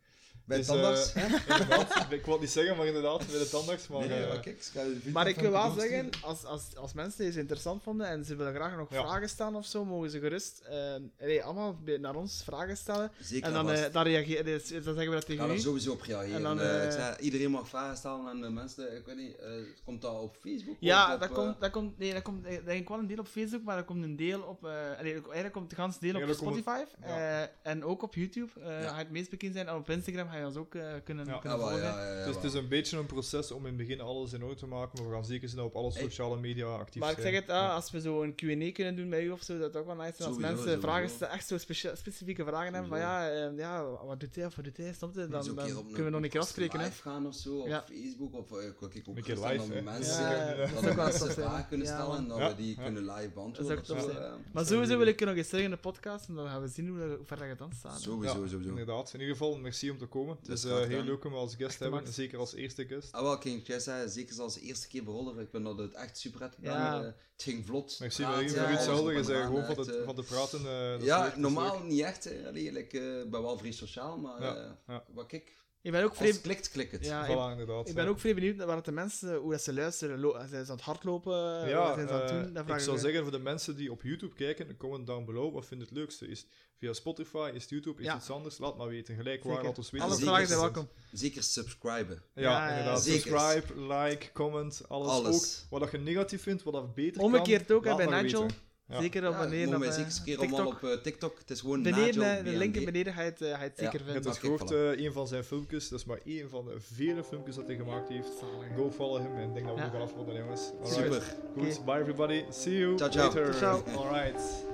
Speaker 3: Bij
Speaker 1: Dus,
Speaker 3: tandarts.
Speaker 1: eh, inderdaad. ik wil het niet zeggen, maar inderdaad, bij de tandarts. Maar,
Speaker 3: Nee,
Speaker 1: eh,
Speaker 3: maar kijk, ik ga
Speaker 2: Maar ik wil wel zeggen, als, als, als mensen deze interessant vonden en ze willen graag nog
Speaker 1: Ja.
Speaker 2: vragen stellen of zo, mogen ze gerust eh, nee, allemaal bij- naar ons vragen stellen.
Speaker 3: Zeker
Speaker 2: en dan,
Speaker 3: vast.
Speaker 2: eh, dan, reageer, dus- dan zeggen we dat
Speaker 3: Ik
Speaker 2: tegen
Speaker 3: ga er
Speaker 2: u.
Speaker 3: sowieso op reageren.
Speaker 2: En dan,
Speaker 3: Eh,
Speaker 2: eh,
Speaker 3: ik zei, iedereen mag vragen stellen aan de mensen. Ik weet niet, eh, komt dat op Facebook?
Speaker 2: Ja,
Speaker 3: Of op,
Speaker 2: dat
Speaker 3: eh,
Speaker 2: komt, dat komt, nee, dat komt eh, denk ik wel een deel op Facebook, maar dat komt een deel op, eh, allee, eigenlijk komt de ganse deel op
Speaker 1: Eigenlijk komt het-
Speaker 2: Spotify
Speaker 1: ja.
Speaker 2: eh, en ook op YouTube. eh,
Speaker 3: Ja.
Speaker 2: Ga je het meest bekend zijn en op Instagram ga je ons ook eh, kunnen,
Speaker 1: Ja.
Speaker 3: Ja,
Speaker 2: kunnen
Speaker 3: Ah, wel,
Speaker 2: volgen.
Speaker 3: ja, ja, ja,
Speaker 1: Dus het
Speaker 3: wel.
Speaker 1: is een beetje een proces om in het begin alles in orde te maken, maar we gaan zeker snel op alle
Speaker 3: Hey.
Speaker 1: sociale media actief
Speaker 2: Maar ik
Speaker 1: zijn.
Speaker 2: zeg het, ah,
Speaker 1: Ja.
Speaker 2: als we zo een Q&A kunnen doen met u of zo, dat ook wel nice zijn. Als
Speaker 3: Sowieso,
Speaker 2: mensen
Speaker 3: sowieso.
Speaker 2: vragen stellen, echt zo specia- specifieke vragen hebben, van
Speaker 3: Sowieso.
Speaker 2: ja, eh, ja, wat doet hij of wat doet hij, snap je? Dan,
Speaker 3: Dus ook
Speaker 2: dan
Speaker 3: hier op
Speaker 2: kunnen we nog een keer
Speaker 3: podcast
Speaker 2: afspreken, hè.
Speaker 3: live gaan of zo, op
Speaker 2: Ja.
Speaker 3: Facebook. Of eh, ik wil ik ook
Speaker 1: Een keer
Speaker 3: gerust aan
Speaker 1: live,
Speaker 3: dat
Speaker 1: hè.
Speaker 3: mensen,
Speaker 2: Ja,
Speaker 3: dat
Speaker 2: dat
Speaker 3: de
Speaker 2: zou ook wel
Speaker 3: mensen
Speaker 2: tof zijn.
Speaker 3: vragen kunnen
Speaker 2: Ja,
Speaker 3: stellen en dat
Speaker 1: man.
Speaker 3: we die
Speaker 1: Ja,
Speaker 3: kunnen live beantwoorden.
Speaker 2: Dat zou
Speaker 3: of
Speaker 2: tof
Speaker 3: zo,
Speaker 2: zijn.
Speaker 3: eh.
Speaker 2: Maar sowieso wil ik er nog eens zeggen in de podcast, en dan gaan we zien hoe, hoe ver dat je dan staat. hè.
Speaker 1: Ja,
Speaker 3: Sowieso, sowieso.
Speaker 1: Inderdaad. In ieder geval, merci om te komen. Het
Speaker 3: Dat
Speaker 1: is
Speaker 3: is
Speaker 1: eh,
Speaker 3: graag
Speaker 1: heel
Speaker 3: gedaan.
Speaker 1: leuk om als guest te hebben,
Speaker 2: max.
Speaker 1: zeker als eerste guest.
Speaker 3: Ah, wel, King ik juist zeggen, zeker als de eerste keer beholder. Ik ben dat het echt super uit
Speaker 2: Ja.
Speaker 3: gedaan. eh, het ging vlot.
Speaker 1: Merci
Speaker 3: praten,
Speaker 1: voor
Speaker 3: ja,
Speaker 1: voor hetzelfde. Je
Speaker 3: alles op
Speaker 1: zei
Speaker 3: en
Speaker 1: gewoon
Speaker 3: aan,
Speaker 1: van, het,
Speaker 3: echt, eh,
Speaker 1: van de praten. eh, dat is leuk, dat
Speaker 3: Ja,
Speaker 1: is
Speaker 3: normaal
Speaker 1: leuk.
Speaker 3: niet echt. hè. Allee, like, eh, ik ben wel vrij sociaal, maar
Speaker 1: Ja,
Speaker 3: eh,
Speaker 1: ja.
Speaker 3: wat ik...
Speaker 2: Ik ben ook
Speaker 3: Als het
Speaker 2: vreemd...
Speaker 3: klikt, klikt het.
Speaker 2: Ja, ik,
Speaker 1: Voilà, inderdaad.
Speaker 2: ik ben
Speaker 1: ja.
Speaker 2: ook vrij benieuwd naar wat de mensen, hoe dat ze luisteren. Lo- zijn ze aan het hardlopen?
Speaker 1: Ja,
Speaker 2: wat zijn ze aan het
Speaker 1: eh,
Speaker 2: doen? Dat vraag
Speaker 1: ik zou
Speaker 2: me.
Speaker 1: zeggen voor de mensen die op YouTube kijken, comment down below. Wat vindt het leukste? Is het via Spotify? Is het YouTube? Is
Speaker 2: Ja.
Speaker 1: het iets anders? Laat maar weten. Gelijk waar,
Speaker 2: Zeker.
Speaker 1: laat ons weten.
Speaker 2: Alle
Speaker 1: wat
Speaker 3: Zeker.
Speaker 2: vragen zijn
Speaker 1: het
Speaker 2: welkom.
Speaker 3: Zeker subscriben.
Speaker 1: Ja,
Speaker 2: Ja, ja,
Speaker 1: inderdaad.
Speaker 3: zeker.
Speaker 1: Subscribe, like, comment, alles,
Speaker 3: Alles.
Speaker 1: ook. Wat dat je negatief vindt, wat dat beter kan.
Speaker 2: Omgekeerd ook, hè,
Speaker 1: laat
Speaker 2: bij
Speaker 1: maar
Speaker 2: Nigel.
Speaker 1: weten. Ja.
Speaker 2: Zeker
Speaker 3: Ja,
Speaker 2: abonneren
Speaker 3: noem
Speaker 2: op
Speaker 3: mij
Speaker 2: eh,
Speaker 3: zeker een keer
Speaker 2: TikTok.
Speaker 3: allemaal op eh, TikTok. Het is gewoon Nigel
Speaker 2: Beneden, eh, de
Speaker 3: BNB.
Speaker 2: linker beneden ga je het, eh, ga je het
Speaker 3: Ja,
Speaker 2: zeker
Speaker 3: je
Speaker 1: Je
Speaker 2: vinden.
Speaker 1: hebt het
Speaker 3: Oké,
Speaker 1: gehoord,
Speaker 3: voilà.
Speaker 1: eh, een van zijn filmpjes. Dat is maar één van de vele filmpjes dat hij gemaakt heeft. Go follow him. En ik denk dat we
Speaker 2: Ja.
Speaker 1: nu gaan afronden, jongens. Alright.
Speaker 3: Super.
Speaker 1: Goed, bye everybody. See you
Speaker 3: Ciao, ciao.
Speaker 1: later.
Speaker 2: Ciao,
Speaker 1: Alright.